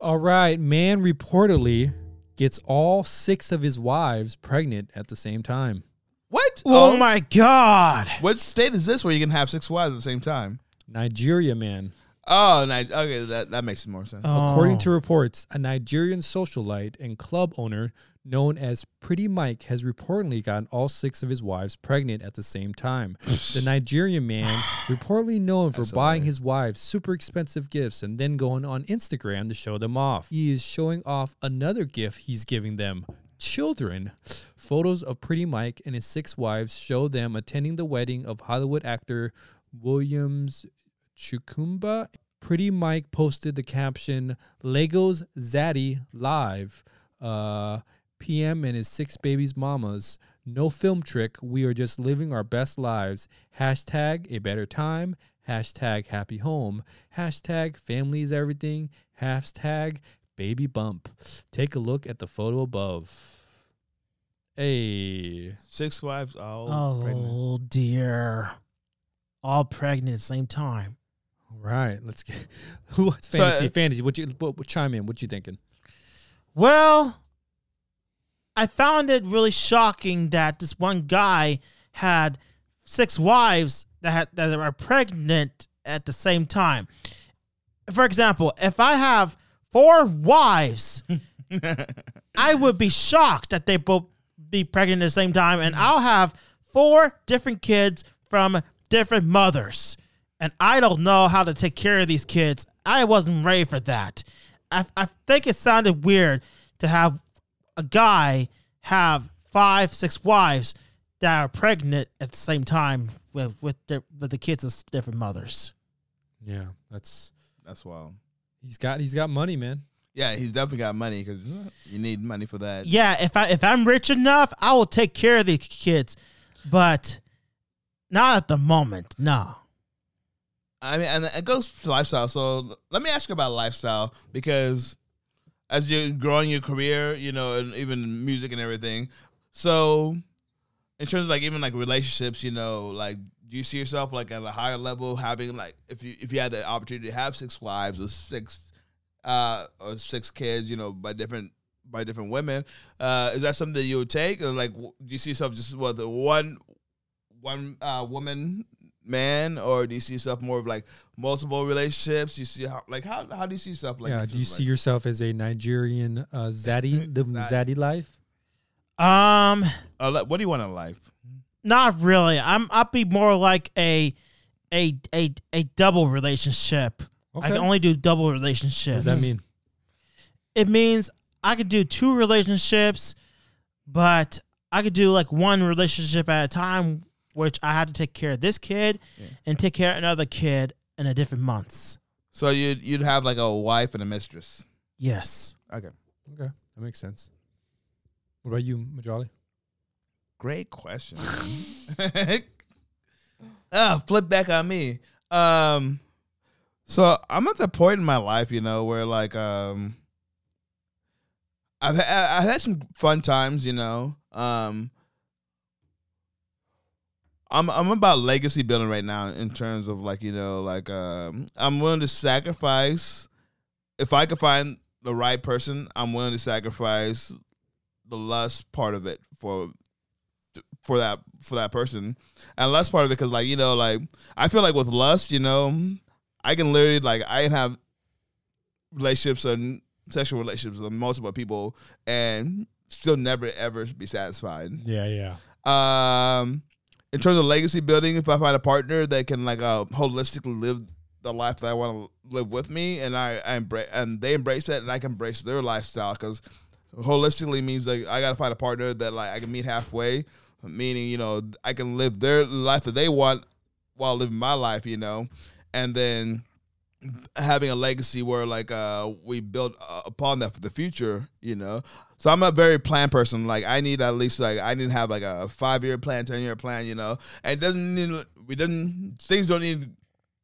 Speaker 1: All right. Man reportedly gets all six of his wives pregnant at the same time.
Speaker 3: what
Speaker 2: oh my god!
Speaker 3: what state is this where you can have six wives at the same time
Speaker 1: Nigeria man.
Speaker 3: oh nice okay that, that makes more sense
Speaker 1: According
Speaker 2: Oh.
Speaker 1: to reports, a Nigerian socialite and club owner known as Pretty Mike has reportedly gotten all six of his wives pregnant at the same time. the Nigerian man, reportedly known for buying his wives super expensive gifts and then going on Instagram to show them off, he is showing off another gift he's giving them. Children. Photos of Pretty Mike and his six wives show them attending the wedding of Hollywood actor Williams Chukumba. Pretty Mike posted the caption Legos Zaddy live. Uh, PM and his six babies' mamas. No film trick. We are just living our best lives. Hashtag a better time. Hashtag happy home. Hashtag family is everything. Hashtag baby bump. Take a look at the photo above. Hey.
Speaker 3: six wives all
Speaker 2: Oh dear. All pregnant at the same time.
Speaker 1: All right. Let's get. <laughs> Who? Fantasy. fantasy. What you? What, what, chime in. What you thinking?
Speaker 2: Well, I found it really shocking that this one guy had six wives that had, that are pregnant at the same time. For example, if I have four wives, I would be shocked that they both be pregnant at the same time, and I'll have four different kids from different mothers, and I don't know how to take care of these kids. I wasn't ready for that. I, I think it sounded weird to have a guy have five, six wives that are pregnant at the same time with with the, with the kids of different mothers.
Speaker 1: Yeah. That's.
Speaker 3: that's wild
Speaker 1: He's got. He's got money, man.
Speaker 3: yeah he's definitely got money because you need money for that
Speaker 2: yeah, if I if I'm rich enough, I will take care of these kids, but not at the moment. No.
Speaker 3: I mean, and it goes to lifestyle. So let me ask you about lifestyle because as you're growing your career, you know, and even music and everything. So in terms of like even like relationships, you know, like do you see yourself like at a higher level having like if you if you had the opportunity to have six wives or six uh, or six kids, you know, by different by different women. Uh, is that something that you would take, or like, w- do you see yourself just well, the one one uh, woman man, or do you see yourself more of like multiple relationships? You see how like how how do you see yourself like?
Speaker 1: yeah.
Speaker 3: in
Speaker 1: Do you
Speaker 3: terms of,
Speaker 1: see
Speaker 3: like-
Speaker 1: yourself as a Nigerian uh,
Speaker 3: <laughs>
Speaker 1: zaddy, the zaddy life?
Speaker 2: Um,
Speaker 3: Uh, like, what do you want in life?
Speaker 2: not really. I'm. I'd be more like a a a a double relationship. I can only do double relationships.
Speaker 1: What does that mean?
Speaker 2: It means I could do two relationships, but I could do like one relationship at a time, which I had to take care of this kid and take care of another kid in a different months.
Speaker 3: So you'd you'd have like a wife and a mistress.
Speaker 2: Yes.
Speaker 3: Okay.
Speaker 1: Okay, that makes sense. What about you, Majali?
Speaker 3: Great question. <laughs> ah, flip back on me. Um, so I'm at the point in my life, you know, where like um, I've ha- I've had some fun times, you know. Um, I'm I'm about legacy building right now in terms of like you know like um, I'm willing to sacrifice if I could find the right person, I'm willing to sacrifice the lust part of it for for that for that person, and lust part of it because like you know like I feel like with lust, you know, I can literally like I can have relationships and sexual relationships with multiple people and still never ever be satisfied.
Speaker 1: Yeah, yeah.
Speaker 3: Um, in terms of legacy building, if I find a partner that can like uh, holistically live the life that I want to live with me, and I, I embrace and they embrace that, and I can embrace their lifestyle because holistically means like I gotta find a partner that like I can meet halfway, meaning you know I can live their life that they want while living my life, you know, and then having a legacy where like uh we build uh, upon that for the future you know so i'm a very plan person like i need at least like i need to have like a five year plan ten year plan you know and it doesn't need we doesn't things don't need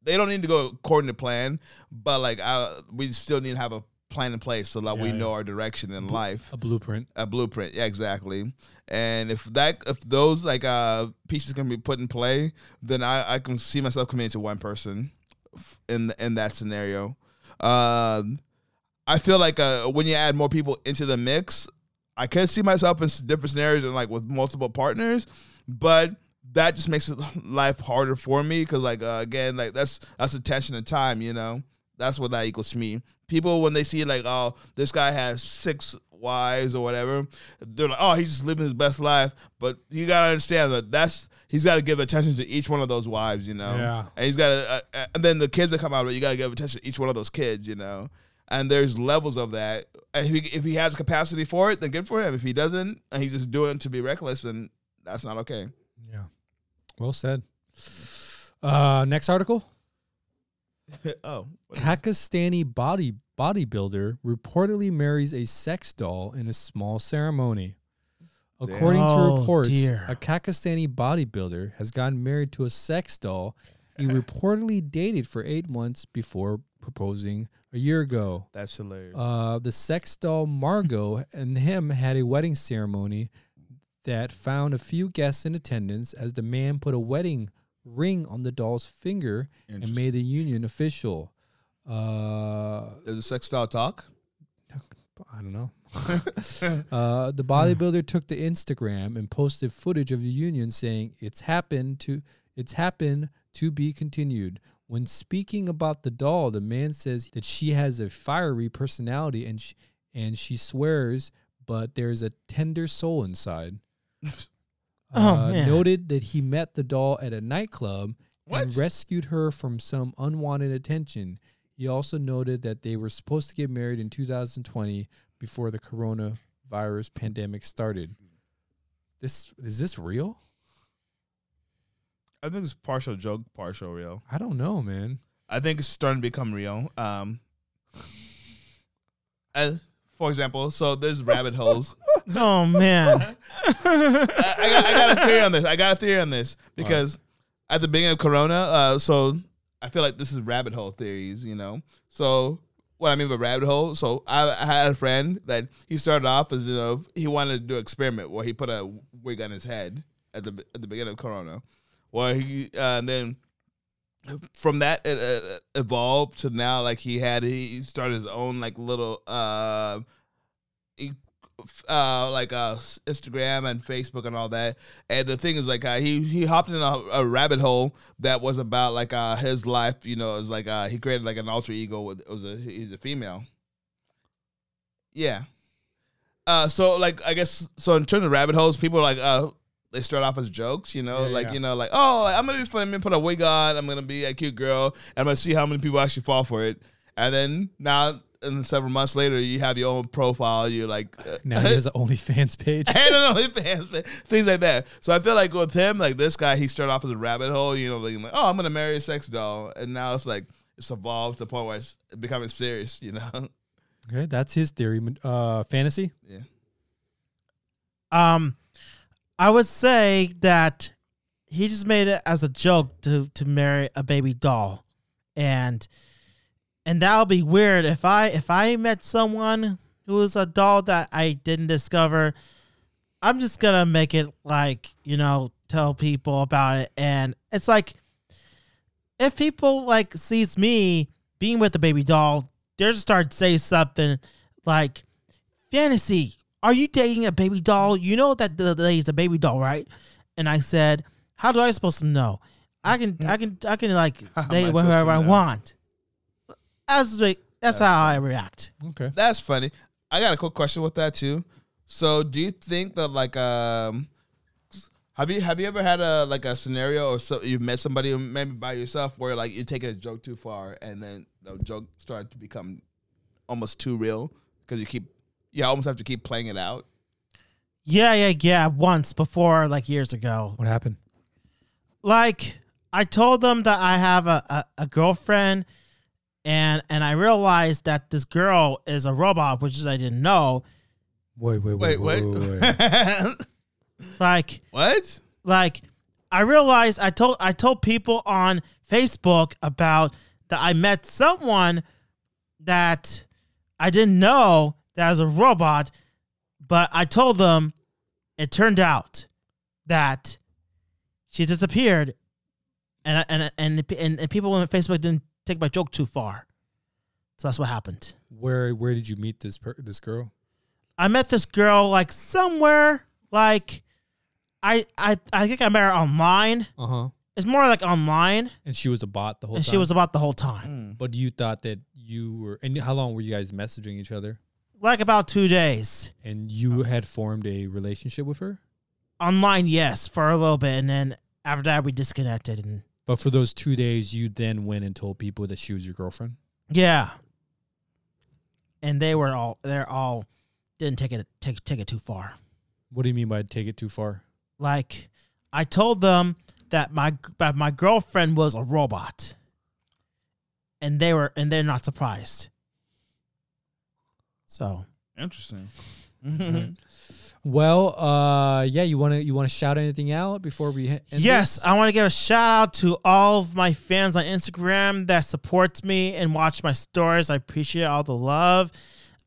Speaker 3: they don't need to go according to plan but like I, we still need to have a plan in place so that we
Speaker 1: Yeah, yeah.
Speaker 3: know our direction in life
Speaker 1: A blueprint.
Speaker 3: a blueprint yeah exactly and if that if those like uh pieces can be put in play then i i can see myself committing to one person f- in in that scenario um i feel like uh when you add more people into the mix i could see myself in s- different scenarios and like with multiple partners but that just makes <laughs> it life harder for me because like uh, again like that's that's attention and time you know that's what that equals to me people when they see like oh this guy has six wives or whatever they're like oh he's just living his best life but you gotta understand that that's he's gotta give attention to each one of those wives you know
Speaker 1: Yeah.
Speaker 3: and he's gotta uh, uh, and then the kids that come out of it you gotta give attention to each one of those kids you know and there's levels of that And if he, if he has capacity for it then good for him if he doesn't and he's just doing it to be reckless then that's not okay
Speaker 1: Yeah. Well said. Uh, next article.
Speaker 3: <laughs> oh, what is-
Speaker 1: Pakistani body bodybuilder reportedly marries a sex doll in a small ceremony.
Speaker 3: Damn.
Speaker 1: According to
Speaker 2: Oh,
Speaker 1: reports,
Speaker 2: dear.
Speaker 1: a Pakistani bodybuilder has gotten married to a sex doll he reportedly dated for eight months before proposing a year ago.
Speaker 3: that's hilarious.
Speaker 1: Uh, the sex doll Margot and him had a wedding ceremony that found a few guests in attendance as the man put a wedding ring on the doll's finger and
Speaker 3: Interesting.
Speaker 1: made the union official. Uh,
Speaker 3: There's a sex style talk.
Speaker 1: I don't
Speaker 2: <laughs>
Speaker 1: know. uh, the bodybuilder took to Instagram and posted footage of the union saying it's happened to it's happened to be continued. When speaking about the doll, the man says that she has a fiery personality and she, and she swears, but there's a tender soul
Speaker 2: <laughs>
Speaker 1: inside. Uh,
Speaker 2: Oh, man.
Speaker 1: Noted that he met the doll at a nightclub
Speaker 3: What?
Speaker 1: and rescued her from some unwanted attention. He also noted that they were supposed to get married in 2020 before the coronavirus pandemic started. This is this real?
Speaker 3: I think it's partial joke, partial real.
Speaker 1: I don't know, man.
Speaker 3: I think it's starting to become real. Um, <laughs> as- for example, so there's rabbit holes.
Speaker 1: <laughs>
Speaker 2: Oh man.
Speaker 3: I, I, got, I got a theory on this. I got a theory on this because at the beginning of Corona, uh, so I feel like this is rabbit hole theories, you know. So what I mean by rabbit hole, so I, I had a friend that he started off as you know he wanted to do an experiment where he put a wig on his head at the at the beginning of Corona, where he uh, and then from that it, uh, evolved to now like he had he started his own like little uh, he- uh like uh s- Instagram and Facebook and all that and the thing is like uh, he he hopped in a, a rabbit hole that was about like uh his life you know it was like uh he created like an alter ego with it was a he's a female yeah uh so like I guess so in terms of rabbit holes people like uh they start off as jokes, you know,
Speaker 1: Yeah,
Speaker 3: like
Speaker 1: yeah.
Speaker 3: you know, like oh, like, I'm gonna be funny, I'm gonna put a wig on, I'm gonna be a cute girl, and I'm gonna see how many people actually fall for it, and then now, and several months later, you have your own profile, you're like, uh, <laughs>
Speaker 1: Now he has an OnlyFans page.
Speaker 3: and an OnlyFans, man, things like that. So I feel like with him, like this guy, he started off as a rabbit hole, you know, like, oh, I'm gonna marry a sex doll, and now it's like it's evolved to the point where it's becoming serious, you know. <laughs>
Speaker 1: Okay, that's his theory. Uh, fantasy.
Speaker 3: yeah.
Speaker 2: Um, I would say that he just made it as a joke to to marry a baby doll, and and that would be weird if I if I met someone who was a doll that I didn't discover. I'm just gonna make it like you know tell people about it, and it's like if people like sees me being with a baby doll, they're just start to say something like fantasy are you dating a baby doll you know that the the lady's a baby doll right and i said how do i supposed to know i can i can i can like
Speaker 3: <laughs> How am I
Speaker 2: date
Speaker 3: supposed to
Speaker 2: whoever i
Speaker 3: know?
Speaker 2: want that's like that's how i react
Speaker 1: Okay.
Speaker 3: That's funny. I got a quick question with that too. So, do you think that like um have you have you ever had a like a scenario or so you've met somebody maybe by yourself where like you take a joke too far and then the joke started to become almost too real because you keep you almost have to keep playing it out.
Speaker 2: yeah yeah yeah once before like years ago
Speaker 1: What happened?
Speaker 2: like I told them that I have a, a, a girlfriend and and I realized that this girl is a robot, which is I didn't know.
Speaker 1: Wait, wait,
Speaker 3: Wait,
Speaker 1: wait,
Speaker 3: what?
Speaker 1: wait. wait,
Speaker 3: <laughs>
Speaker 1: wait.
Speaker 2: Like
Speaker 3: what?
Speaker 2: like I realized I told I told people on Facebook about that I met someone that I didn't know that was a robot, but I told them it turned out that she disappeared, and I- and and and, and people on Facebook didn't take my joke too far, so that's what happened.
Speaker 1: Where where did you meet this per- this girl?
Speaker 2: I met this girl like somewhere like. I, I I think I met her online.
Speaker 1: Uh huh.
Speaker 2: It's more like online.
Speaker 1: And she was a bot the whole
Speaker 2: and
Speaker 1: time.
Speaker 2: she was about the whole time
Speaker 3: Mm. Hmm.
Speaker 1: But you thought that you were, and how long were you guys messaging each other?
Speaker 2: like about two days
Speaker 1: And you had formed a relationship with her.
Speaker 2: online yes for a little bit and then after that we disconnected and
Speaker 1: But for those two days, you then went and told people that she was your girlfriend.
Speaker 2: yeah and they were all they're all didn't take it take take it too far
Speaker 1: What do you mean by take it too far?
Speaker 2: like i told them that my that my girlfriend was a robot and they were and they're not surprised so
Speaker 3: <laughs> Interesting.
Speaker 1: Well, uh, yeah, you want to you want to shout anything out before we he- end
Speaker 2: yes,
Speaker 1: this?
Speaker 2: I want to give a shout out to all of my fans on Instagram that supports me and watch my stories. I appreciate all the love.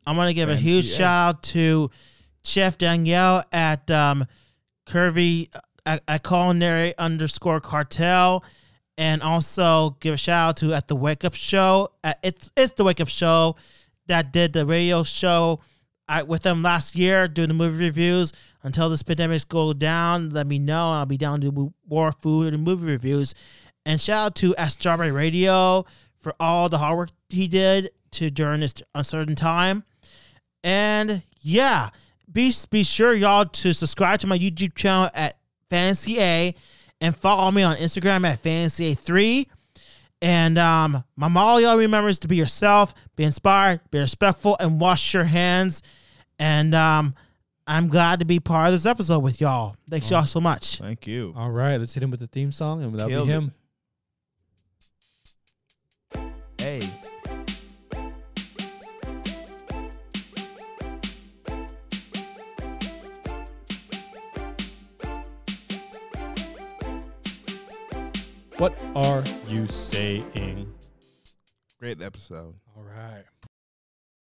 Speaker 2: I want to give a
Speaker 3: Fans,
Speaker 2: huge
Speaker 3: yeah.
Speaker 2: shout out to Chef Danielle at um, Curvy at, at Culinary underscore Cartel, and also give a shout out to at the Wake Up Show. At, it's it's the Wake Up Show that did the radio show I, with them last year doing the movie reviews. Until this pandemic's go down, let me know. I'll be down to do more food and movie reviews. And shout out to at Strawberry Radio for all the hard work he did to during this uncertain time. And yeah, be be sure y'all to subscribe to my YouTube channel at Fantasy A, and follow me on Instagram at Fantasy A three. And um, my motto y'all remember is to be yourself, be inspired, be respectful, and wash your hands. And um, I'm glad to be part of this episode with y'all. Thanks y'all so much.
Speaker 3: Thank you.
Speaker 1: All right, let's hit him with the theme song, and that'll
Speaker 3: Killed
Speaker 1: be
Speaker 3: it.
Speaker 1: him.
Speaker 3: Hey.
Speaker 1: What are you saying?
Speaker 3: Great episode.
Speaker 1: All right.